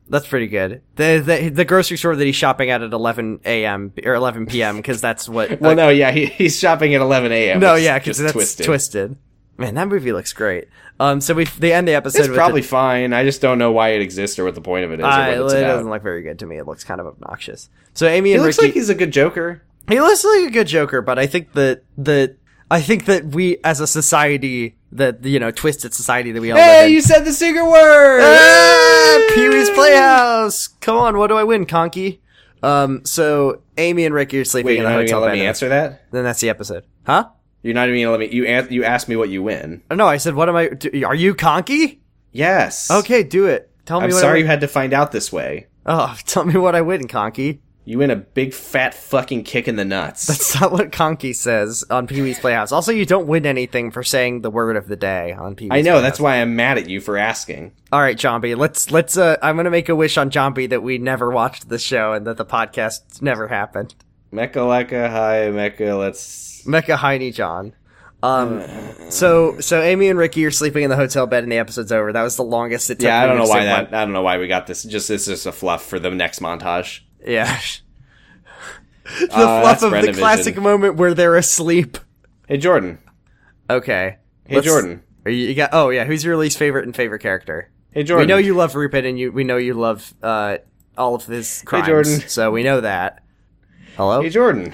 That's pretty good. The, the the grocery store that he's shopping at at 11 a.m. or 11 p.m. because that's
(laughs)
what.
Well, no, yeah, he, he's shopping at 11 a.m.
no,
which is
yeah, because
just
that's twisted. Man, that movie looks great. Um, so we they end the episode.
It's
with
probably
the,
fine. I just don't know why it exists or what the point of it is. Or
I-
what
it
it's about.
doesn't look very good to me. It looks kind of obnoxious. So Amy
He
and
looks
Ricky,
like he's a good Joker.
he looks like a good Joker, but I think that the I think that we as a society that you know twisted society that we all
Oh,
live in,
said the secret word.
Ah, Pee Wee's Playhouse. Come on, what do I win, Conky? Um, so Amy and Ricky are sleeping
Wait,
in
you're
the
not even
hotel
gonna
bed.
let me
and-
answer that.
Then that's the episode, huh?
You're not even gonna let me. You an- you asked me what you win.
Oh, No, I said, what am I? Do, are you Conky?
Yes.
Okay, do it. Tell me.
I'm
what
sorry
I
you
win.
had to find out this way.
Oh, (laughs) tell me what I win, Conky.
You win a big fat fucking kick in the nuts.
That's not what Conky says on Pee Wee's Playhouse. Also, you don't win anything for saying the word of the day on Pee Wee's.
I know. That's why I'm mad at you for asking.
All right, Jombie. Let's let's. Uh, I'm gonna make a wish on Jombie that we never watched the show and that the podcast never happened.
Mecca Lekka, hi Mecca. Let's.
Mecha Heine John.
(sighs)
Um, so so Amy and Ricky are sleeping in the hotel bed, and the episode's over. That was the longest it took.
Yeah, I
me
don't
to
know why
sit
that.
one-
I don't know why we got this. Just it's just a fluff for the next montage.
Yeah, (laughs) the
Uh,
fluff
that's
of the
Brendavision.
classic moment where they're asleep.
Hey Jordan.
Okay.
Hey Jordan.
Are you, you got? Oh yeah. Who's your least favorite and favorite character?
Hey Jordan.
We know you love Rupert, and you we know you love uh all of his crimes.
Jordan.
So we know that. Hello.
Hey Jordan.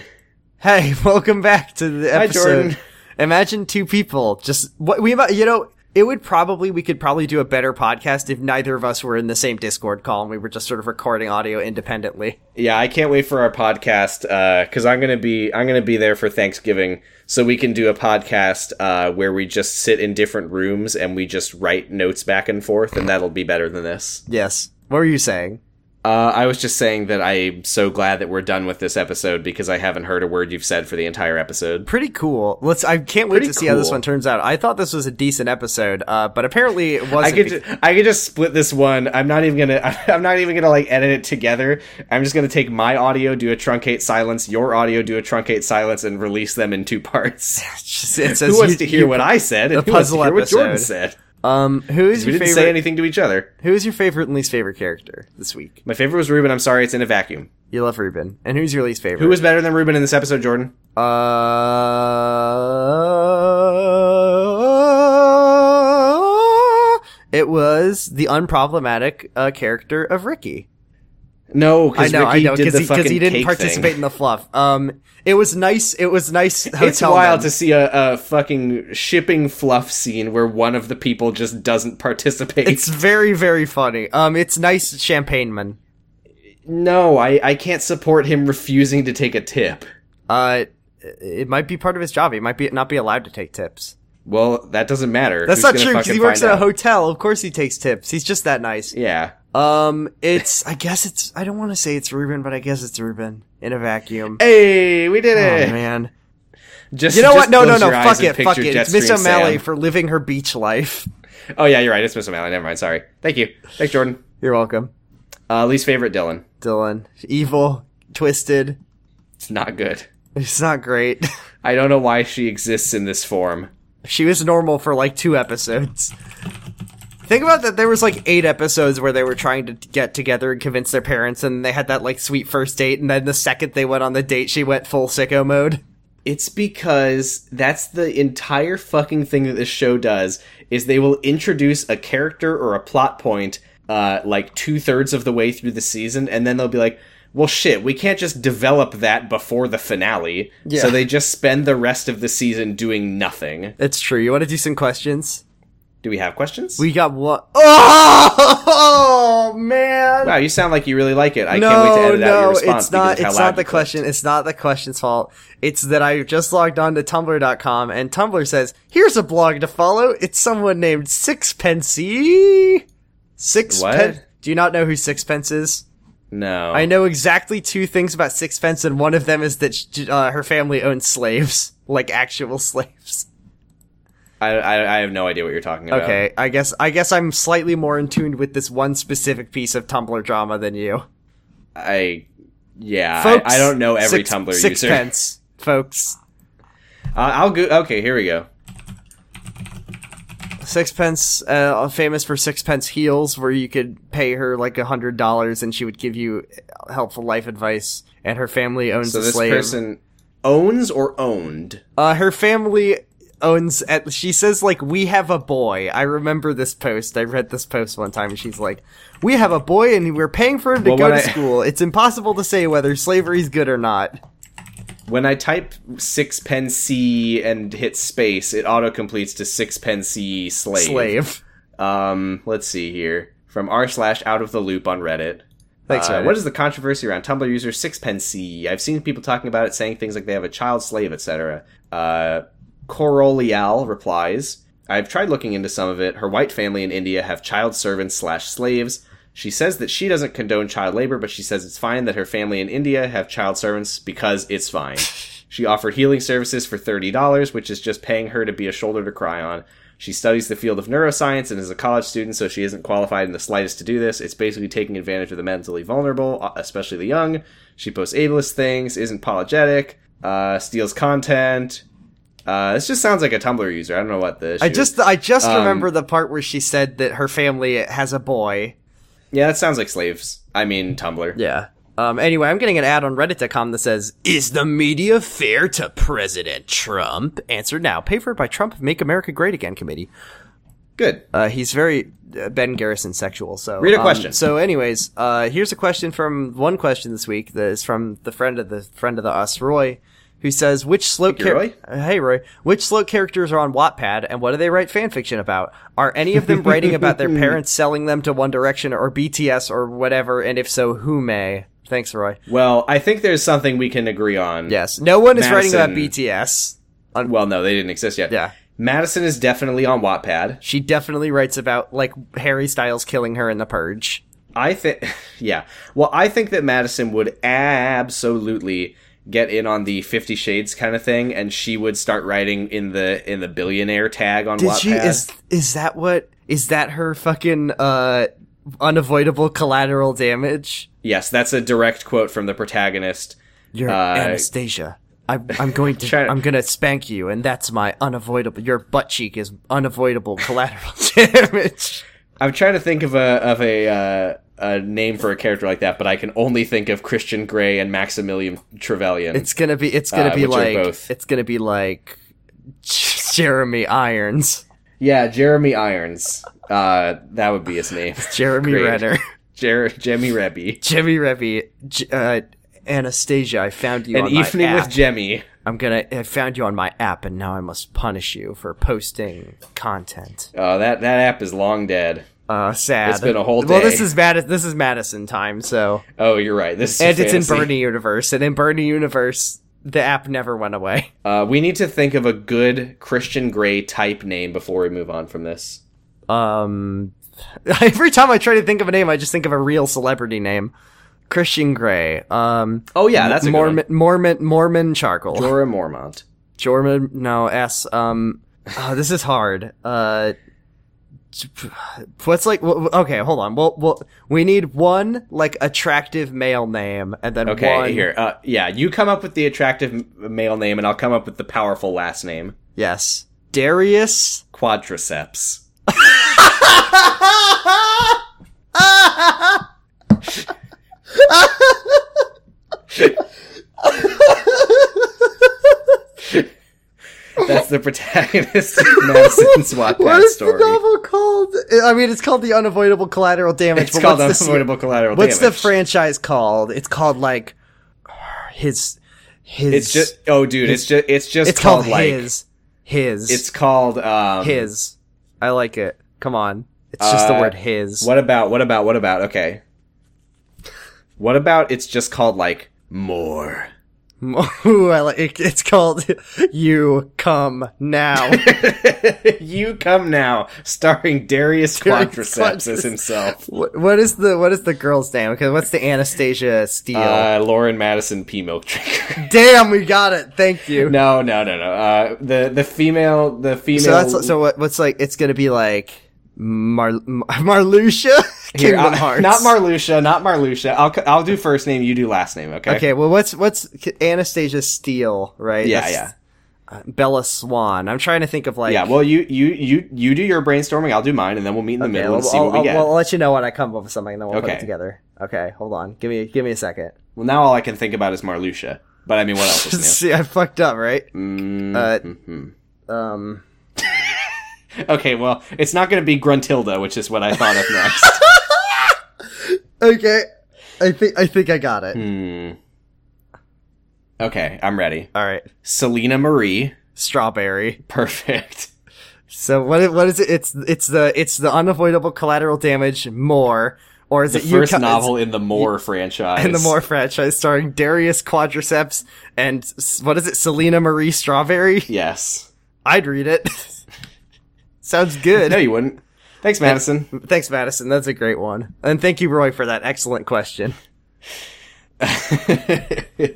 Hey, (laughs) welcome back to the episode.
Jordan.
Imagine two people just what we about you know it would probably we could probably do a better podcast if neither of us were in the same Discord call and we were just sort of recording audio independently.
Yeah, I can't wait for our podcast because I'm gonna be I'm gonna be there for Thanksgiving, so we can do a podcast uh, where we just sit in different rooms and we just write notes back and forth, and that'll be better than this.
Yes. What were you saying?
Uh, I was just saying that I'm so glad that we're done with this episode because I haven't heard a word you've said for the entire episode.
Pretty cool. Let's. I can't wait
Pretty
to see how this
cool.
one turns out. I thought this was a decent episode, uh, but apparently
(laughs)
it
I
wasn't.
could
be-
ju- I could just split this one. I'm not even gonna (laughs) I'm not even gonna like edit it together. I'm just gonna take my audio, do a truncate silence, your audio, do a truncate silence, and release them in two
(laughs)
parts.
Just- (laughs) it says
Who wants
you-
to hear
you-
what I said and
the
who wants to
puzzle
hear what Jordan
episode.
said?
Um, who is
We
your
didn't
favorite?
say anything to each other.
Who is your favorite and least favorite character this week?
My favorite was Ruben. I'm sorry, it's in a vacuum.
You love Ruben, and who's your least favorite?
Who was better than Ruben in this episode, Jordan?
Uh, it was the unproblematic uh, character of Ricky.
No,
I
because
know, I
Oh, Ricky
know,
did
because
the
he, 'cause
fucking
he didn't
cake
participate
thing.
in the fluff. Um, it was nice. It was nice.
(laughs)
Hotel
It's wild
men.
to see a, a fucking shipping fluff scene where one of the people just doesn't participate.
It's very, very funny. Um, it's nice champagne man.
no, I, I can't support him refusing to take a tip.
Uh, it- it might be part of his job. He might be not be allowed to take tips.
Well, that doesn't matter.
That's
Who's
not
gonna
true because he
fucking
works
find
at a
out?
hotel. Of course, he takes tips. He's just that nice.
Yeah.
Um, it's I guess it's I don't want to say it's Ruben, but I guess it's Ruben in a vacuum.
Hey, we did
Oh
it.
man,
Just
you Eh. know
just
what? No, no,
close
no.
your eyes and
Fuck it, fuck
picture
it. It's
Jetstream
Miss O'Malley
Sam.
for living her beach life. (laughs)
Oh yeah, you're right. It's Miss O'Malley. Never mind. Sorry. Thank you. Thanks, Jordan.
You're welcome,
Uh, least favorite Dylan.
Dylan. Evil, twisted.
It's not good.
It's not great. (laughs)
I don't know why she exists in this form.
she was normal for like two episodes. Think about that. There was like eight episodes where they were trying to get together and convince their parents, and they had that like sweet first date, and then the second they went on the date, she went full sicko mode.
It's because that's the entire fucking thing that this show does is they will introduce a character or a plot point uh, like two thirds of the way through the season, and then they'll be like, "Well, shit, we can't just develop that before the finale."
Yeah.
So they just spend the rest of the season doing nothing.
It's true. You want to do some questions?
Do we have questions?
We got one (laughs) Oh, man.
wow, you sound like you really like it. I can't wait to
No,
edit out your
no,
response.
it's not.
because of how
It's
loud you
not the
clicked.
question. It's not the question's fault. It's that I just logged on to Tumblr.com and Tumblr says, "Here's a blog to follow. It's someone named Sixpencey." Sixpence.
What?
Do you not know who Sixpence is?
No,
I know exactly two things about Sixpence, and one of them is that sh- uh, her family owned slaves, (laughs) like actual slaves.
I, I, I have no idea what you're talking about.
Okay, I guess I guess I'm slightly more in tune with this one specific piece of Tumblr drama than you.
I yeah,
Folks,
I, I don't know every
six-
Tumblr
six
user. Uh,
pence, folks.
I'll go. Okay, here we go.
Sixpence, uh, famous for Sixpence Heels, where you could pay her like a hundred dollars and she would give you helpful life advice. And her family owns
So
a
this
slave.
person owns or owned.
uh, her family owns. At, she says like, "We have a boy." I remember this post. I read this post one time, and she's like, "We have a boy, and we're paying for him to
Well,
go
when
to
I-
school. It's impossible to say whether slavery's good or not."
When I type sixpence C and hit space, it auto completes to sixpence C slave.
Slave.
Um, let's see here from r slash out of the loop on Reddit.
Thanks,
Uh,
Reddit.
what is the controversy around Tumblr user Sixpencey? I've seen people talking about it, saying things like they have a child slave, etc. Uh, Corolial replies, "I've tried looking into some of it. Her white family in India have child servants slash slaves. She says that she doesn't condone child labor, but she says it's fine that her family in India have child servants because it's
(laughs)
fine. she offered healing services for thirty dollars, which is just paying her to be a shoulder to cry on." She studies the field of neuroscience and is a college student, so she isn't qualified in the slightest to do this. It's basically taking advantage of the mentally vulnerable, uh, especially the young. She posts ableist things, isn't apologetic, uh, steals content. Uh, this just sounds like a Tumblr user. I don't know what the.
I
issue
just
is.
I just
Um,
remember the part where she said that her family has a boy.
yeah, that sounds like slaves. I mean Tumblr.
Yeah. Um, anyway, I'm getting an ad on Reddit.com that says, "Is the media fair to President Trump?" Answer now. Papered by Trump Make America Great Again committee.
Good.
Uh, he's very uh, Ben Garrison sexual. So
Read a
um,
question.
so, anyways, uh, here's a question from one question this week that is from the friend of the friend of the us, Roy, who says which slope
Thank you, Roy.
uh, hey Roy, which slope characters are on Wattpad and what do they write fanfiction about? Are any of them writing
(laughs)
about their parents selling them to One Direction or BTS or whatever? And if so, who may? Thanks, Roy.
Well, I think there's something we can agree on.
Yes, no one is writing about
Madison.
BTS.
Well, no, they didn't exist yet.
Yeah.
Madison is definitely on Wattpad.
She definitely writes about like Harry Styles killing her in The Purge.
I think, (laughs) yeah. Well, I think that Madison would absolutely get in on the Fifty Shades kind of thing, and she would start writing in the in the billionaire tag on
Did
Wattpad.
she is is that what is that her fucking uh unavoidable collateral damage?
yes, that's a direct quote from the protagonist.
You're
Uh,
Anastasia. I, I'm going to
Try-
I'm gonna spank you, and that's my unavoidable. Your butt cheek is unavoidable collateral (laughs) damage.
I'm trying to think of a of a uh, a name for a character like that, but I can only think of Christian Grey and Maximilian Trevelyan.
It's gonna be it's gonna
Uh,
be
which are
like
both.
it's gonna be like Jeremy Irons,
yeah, Jeremy Irons. Uh, that would be his
(laughs)
name.
Jeremy
Great.
Renner, (laughs)
Jer- Jemmy Rebby.
Jimmy Revy, J- uh, Anastasia. I found you
An
on my
evening
app.
with Jemmy.
I'm gonna. I found you on my app, and now I must punish you for posting content.
Oh, that that app is long dead.
Uh, sad.
It's been a whole
Well, this
day.
is Mad- This is Madison time. So,
Oh, you're right. This is
and it's in
fantasy.
Bernie Universe, and in Bernie Universe, the app never went away.
Uh, we need to think of a good Christian Grey type name before we move on from this.
Um, (laughs) every time I try to think of a name, I just think of a real celebrity name. Christian Grey. Um,
Oh yeah, that's a
Mormon, Mormon, Mormon charcoal.
good one. Jorah Mormont.
Jorman, no S. Um, oh, this is hard. Uh, what's like? wh- wh- Okay, hold on. Well, well, we need one like attractive male name, and then
Okay,
one,
here. Uh, yeah, you come up with the attractive m- male name, and I'll come up with the powerful last name,
Yes, Darius.
(laughs) Quadriceps. That's the (laughs) protagonist
(laughs)
of Madison's
What
Wattpad
is
story.
the novel called? I mean, it's called the unavoidable collateral damage.
It's
but
called
what's the se-
Unavoidable Collateral
What's the
Damage.
franchise called? It's called like his his.
It's just oh, dude. It's just it's just
it's called,
like
his his.
it's called um
his. I like it. Come on. It's just the
Uh,
word his.
What about what about what about okay? What about it's just called like more?
(laughs)
(laughs)
Ooh, I like it, it's called (laughs) You Come
(laughs)
Now.
you come now, starring Darius
(laughs) Darius
Quadriceps as
Quadriceps.
himself.
what, what is the what is the girl's name? Okay, what's the Anastasia Steele?
Uh, Lauren Madison P milk drinker. (laughs)
Damn, we got it. Thank you.
no, no, no, no. Uh, the the female the female.
so that's so what, what's like it's going to be like Mar, Mar- Marluxia (laughs)
Here,
Kingdom
uh,
Hearts.
Not Marluxia, not Marluxia. I'll c- I'll do first name. You do last name. Okay.
Okay, well what's what's Anastasia Steele, right?
Yeah,
That's,
yeah,
uh, Bella Swan. I'm trying to think of like
yeah. Well, you you you you do your brainstorming. I'll do mine, and then we'll meet in the
Okay,
middle and
well,
see
I'll,
what we
I'll-
get.
well, I'll let you know when I come up with something, and then we'll put
Okay.
it together. Okay, hold on. Give me give me a
(laughs)
second.
Well, now all I can think about is Marluxia. But I mean, what else is
(laughs) See, I fucked up, right?
new? Mm,
Uh,
mhm.
Um,
okay, well, it's not going to be Gruntilda, which is what I thought of next.
okay, I think I think I got it.
(laughs) Hmm. Okay, I'm ready.
All right,
Selena Marie,
strawberry.
perfect.
So what? i- What is it? It's it's the it's the unavoidable collateral damage more, or
(laughs)
is
The
it you
first
co-
novel in the Moore franchise.
in the More franchise starring Darius Quadriceps and s- what is it? Selena Marie Strawberry. (laughs)
Yes.
I'd read it. (laughs) Sounds good.
No, you wouldn't. Thanks, Madison. (laughs)
Thanks, Madison. That's a great one. And thank you, Roy, for that excellent question.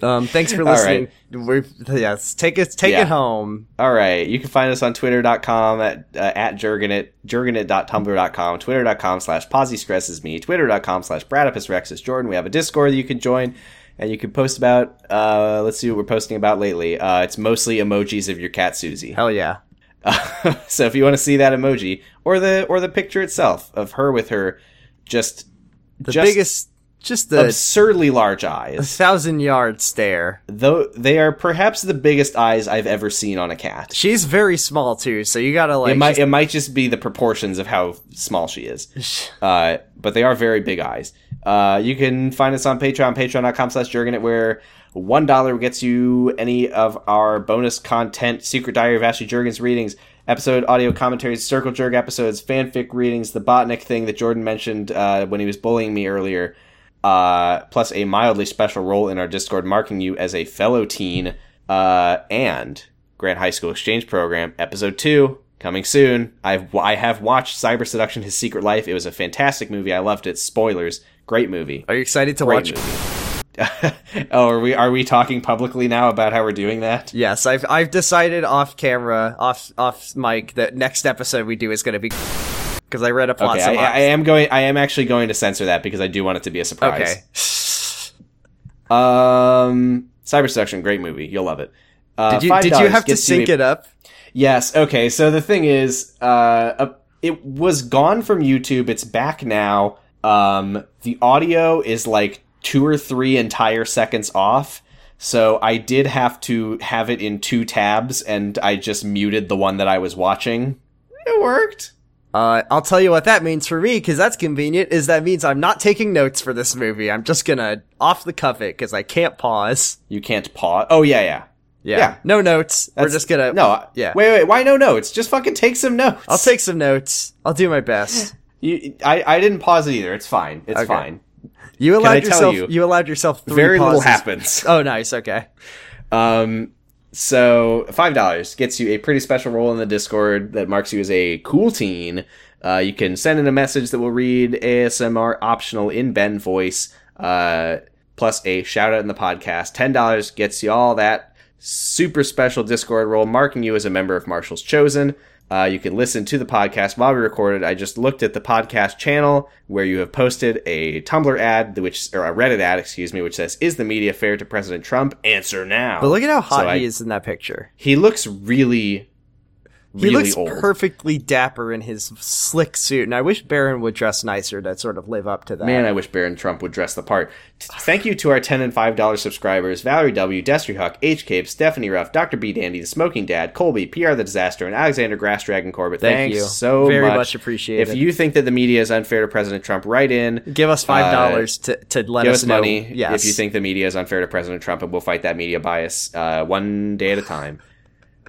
Um, thanks
(laughs)
for
All
listening. We're, yes, take it, take
Yeah.
it home.
All right. You can find us on twitter.com at, uh, at jurgenit, jurgenit.tumblr.com, twitter.com slash posy stresses me, twitter.com slash bradipus rexus jordan. We have a Discord that you can join and you can post about, uh, let's see what we're posting about lately. Uh, it's mostly emojis of your cat Susie.
Hell yeah.
(laughs) so if you want to see that emoji or the, or the picture itself of her with her just,
The
just
biggest, just the
absurdly large eyes,
thousand yard stare.
though they are perhaps the biggest eyes I've ever seen on a cat.
She's very small too, so you gotta like.
it might it might just be the proportions of how small she is,
just-
uh, but they are very big eyes. Uh, you can find us on Patreon, patreon.com slash Jurgenit, where $1 gets you any of our bonus content, Secret Diary of Ashley Jurgens readings, episode audio commentaries, Circle Jerk episodes, fanfic readings, the botanic thing that Jordan mentioned uh, when he was bullying me earlier, uh, plus a mildly special role in our Discord marking you as a fellow teen, uh, and Grant High School Exchange Program, episode two, coming soon. I've I have watched Cyber Seduction: His Secret Life. It was a fantastic movie. I loved it. Spoilers, great movie.
Are you excited to
Great
watch?
movie. (laughs) oh, are we are we talking publicly now about how we're doing that?
Yes, I've I've decided off camera, off off mic that next episode we do is going to be (laughs) because I read a plot.
Okay, I,
synopsis.
I am going. I am actually going to censor that because I uh, do want it to be a surprise.
okay.
Um, Cyber Seduction, great movie. You'll love it. Uh,
Did you, did you
$5
have to
gets you
sync
a-
it up?
Yes. Okay. So the thing is, uh, uh, it was gone from YouTube. It's back now. Um, the audio is like two or three entire seconds off. So I did have to have it in two tabs, and I just muted the one that I was watching. It worked.
Uh, I'll tell you what that means for me because that's convenient. Is that means I'm not taking notes for this movie. I'm just gonna off the cuff it because I can't pause.
You can't pause. Oh yeah, yeah.
Yeah.
Yeah.
No notes. We're
That's-
just gonna.
No. I-
Yeah.
Wait, wait. Why no notes? Just fucking take some notes.
I'll take some notes. I'll do my
(laughs)
best.
You, I, I didn't pause it either. It's fine. It's
Okay.
fine.
You allowed
I tell
yourself.
you,
allowed yourself three
Very little
pauses.
happens.
Oh, nice. Okay.
Um, so five dollars gets you a pretty special role in the Discord that marks you as a cool teen. Uh, you can send in a message that will read ASMR optional in Ben voice, uh, plus a shout out in the podcast. Ten dollars gets you all that super special Discord role, marking you as a member of Marshall's Chosen. Uh, you can listen to the podcast while we recorded. I just looked at the podcast channel where you have posted a Tumblr ad, which or a Reddit ad, excuse me, which says, "Is the media fair to President Trump?" Answer now.
But look at how hot
So I-
he is in that picture.
He looks really, really
he looks
old.
perfectly dapper in his slick suit, and I wish Baron would dress nicer to sort of live up to that.
Man, I wish Baron Trump would dress the part. T- Thank you to our ten and five dollar subscribers: Valerie W, Destry Huck, H Cape, Stephanie Ruff, Doctor B Dandy, the Smoking Dad, Colby, PR the Disaster, and Alexander Grass Dragon Corbett.
Thank
Thanks
you.
so
Very
much.
much appreciated.
If you think that the media is unfair to President Trump, write in.
Give us five dollars to to let
uh, Give
us
us
know.
money
Yes.
if you think the media is unfair to President Trump, and we'll fight that media bias uh, one day at a time.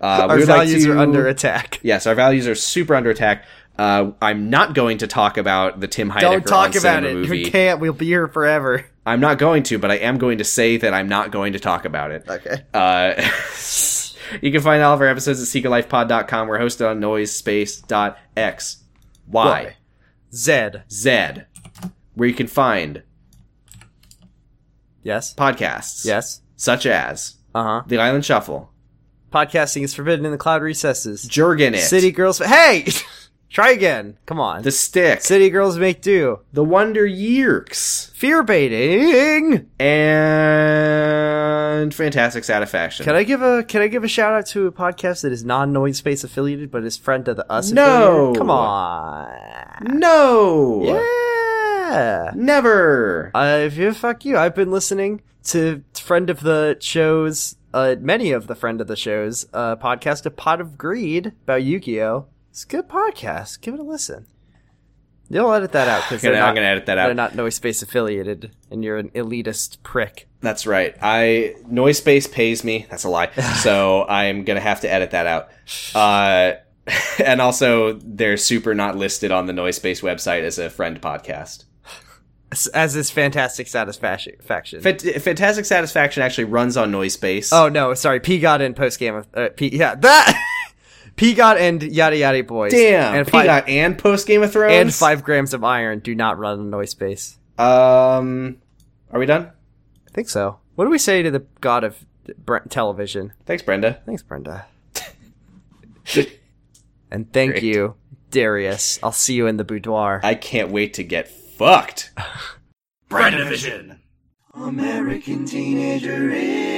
Uh,
our
we would like
values
to-
are under attack.
Yes, our values are super under attack. Uh, I'm not going to talk about the Tim Heidecker
Don't talk
on cinema
about it.
movie.
We can't. We'll be here forever.
I'm not going to, but I am going to say that I'm not going to talk about it.
Okay.
Uh, (laughs) you can find all of our episodes at seekerlifepod.com. We're hosted on noisespace.x, y,
Why? Zed.
z, where you can find
Yes.
podcasts
Yes.
such as
Uh huh.
The Island Shuffle,
Podcasting is forbidden in the cloud recesses.
Jurgen It,
City girls. Hey, (laughs) try again. Come on.
The Stick,
City girls make do.
The Wonder Yerks,
Fear baiting.
and Fantastic Satisfaction.
Can I give a Can I give a shout out to a podcast that is non Noise Space affiliated but is friend of the us?
No.
affiliated? Come on.
No!
Yeah.
Never!
Uh, if you fuck you, I've been listening to friend of the shows, uh, many of the friend of the shows, uh, podcast, a pot of greed about Yu-Gi-Oh. It's a good podcast. Give it a listen. You'll edit that out because
I'm
they're
gonna- I'm
not
gonna edit that out.
They're not noise space affiliated, and you're an elitist prick.
That's right. I noise space pays me. That's a
(laughs)
lie. So I'm gonna have to edit that out. Uh, (laughs) and also, they're super not listed on the noise space website as a friend podcast.
As, as is fantastic satisfaction. faction.
Fant- Fantastic Satisfaction actually runs on noise space.
oh no, sorry. P God and post game. Uh, P yeah that. (laughs) P God and yada yada boys.
damn!
And
And
five,
got and post Game of Thrones
and five grams of iron do not run on noise space.
Um, are we done?
I think so. What do we say to the god of br- television?
Thanks, Brenda.
Thanks, Brenda. (laughs) and thank
Great.
you, Darius. I'll see you in the boudoir.
I can't wait to get fucked.
American teenager is.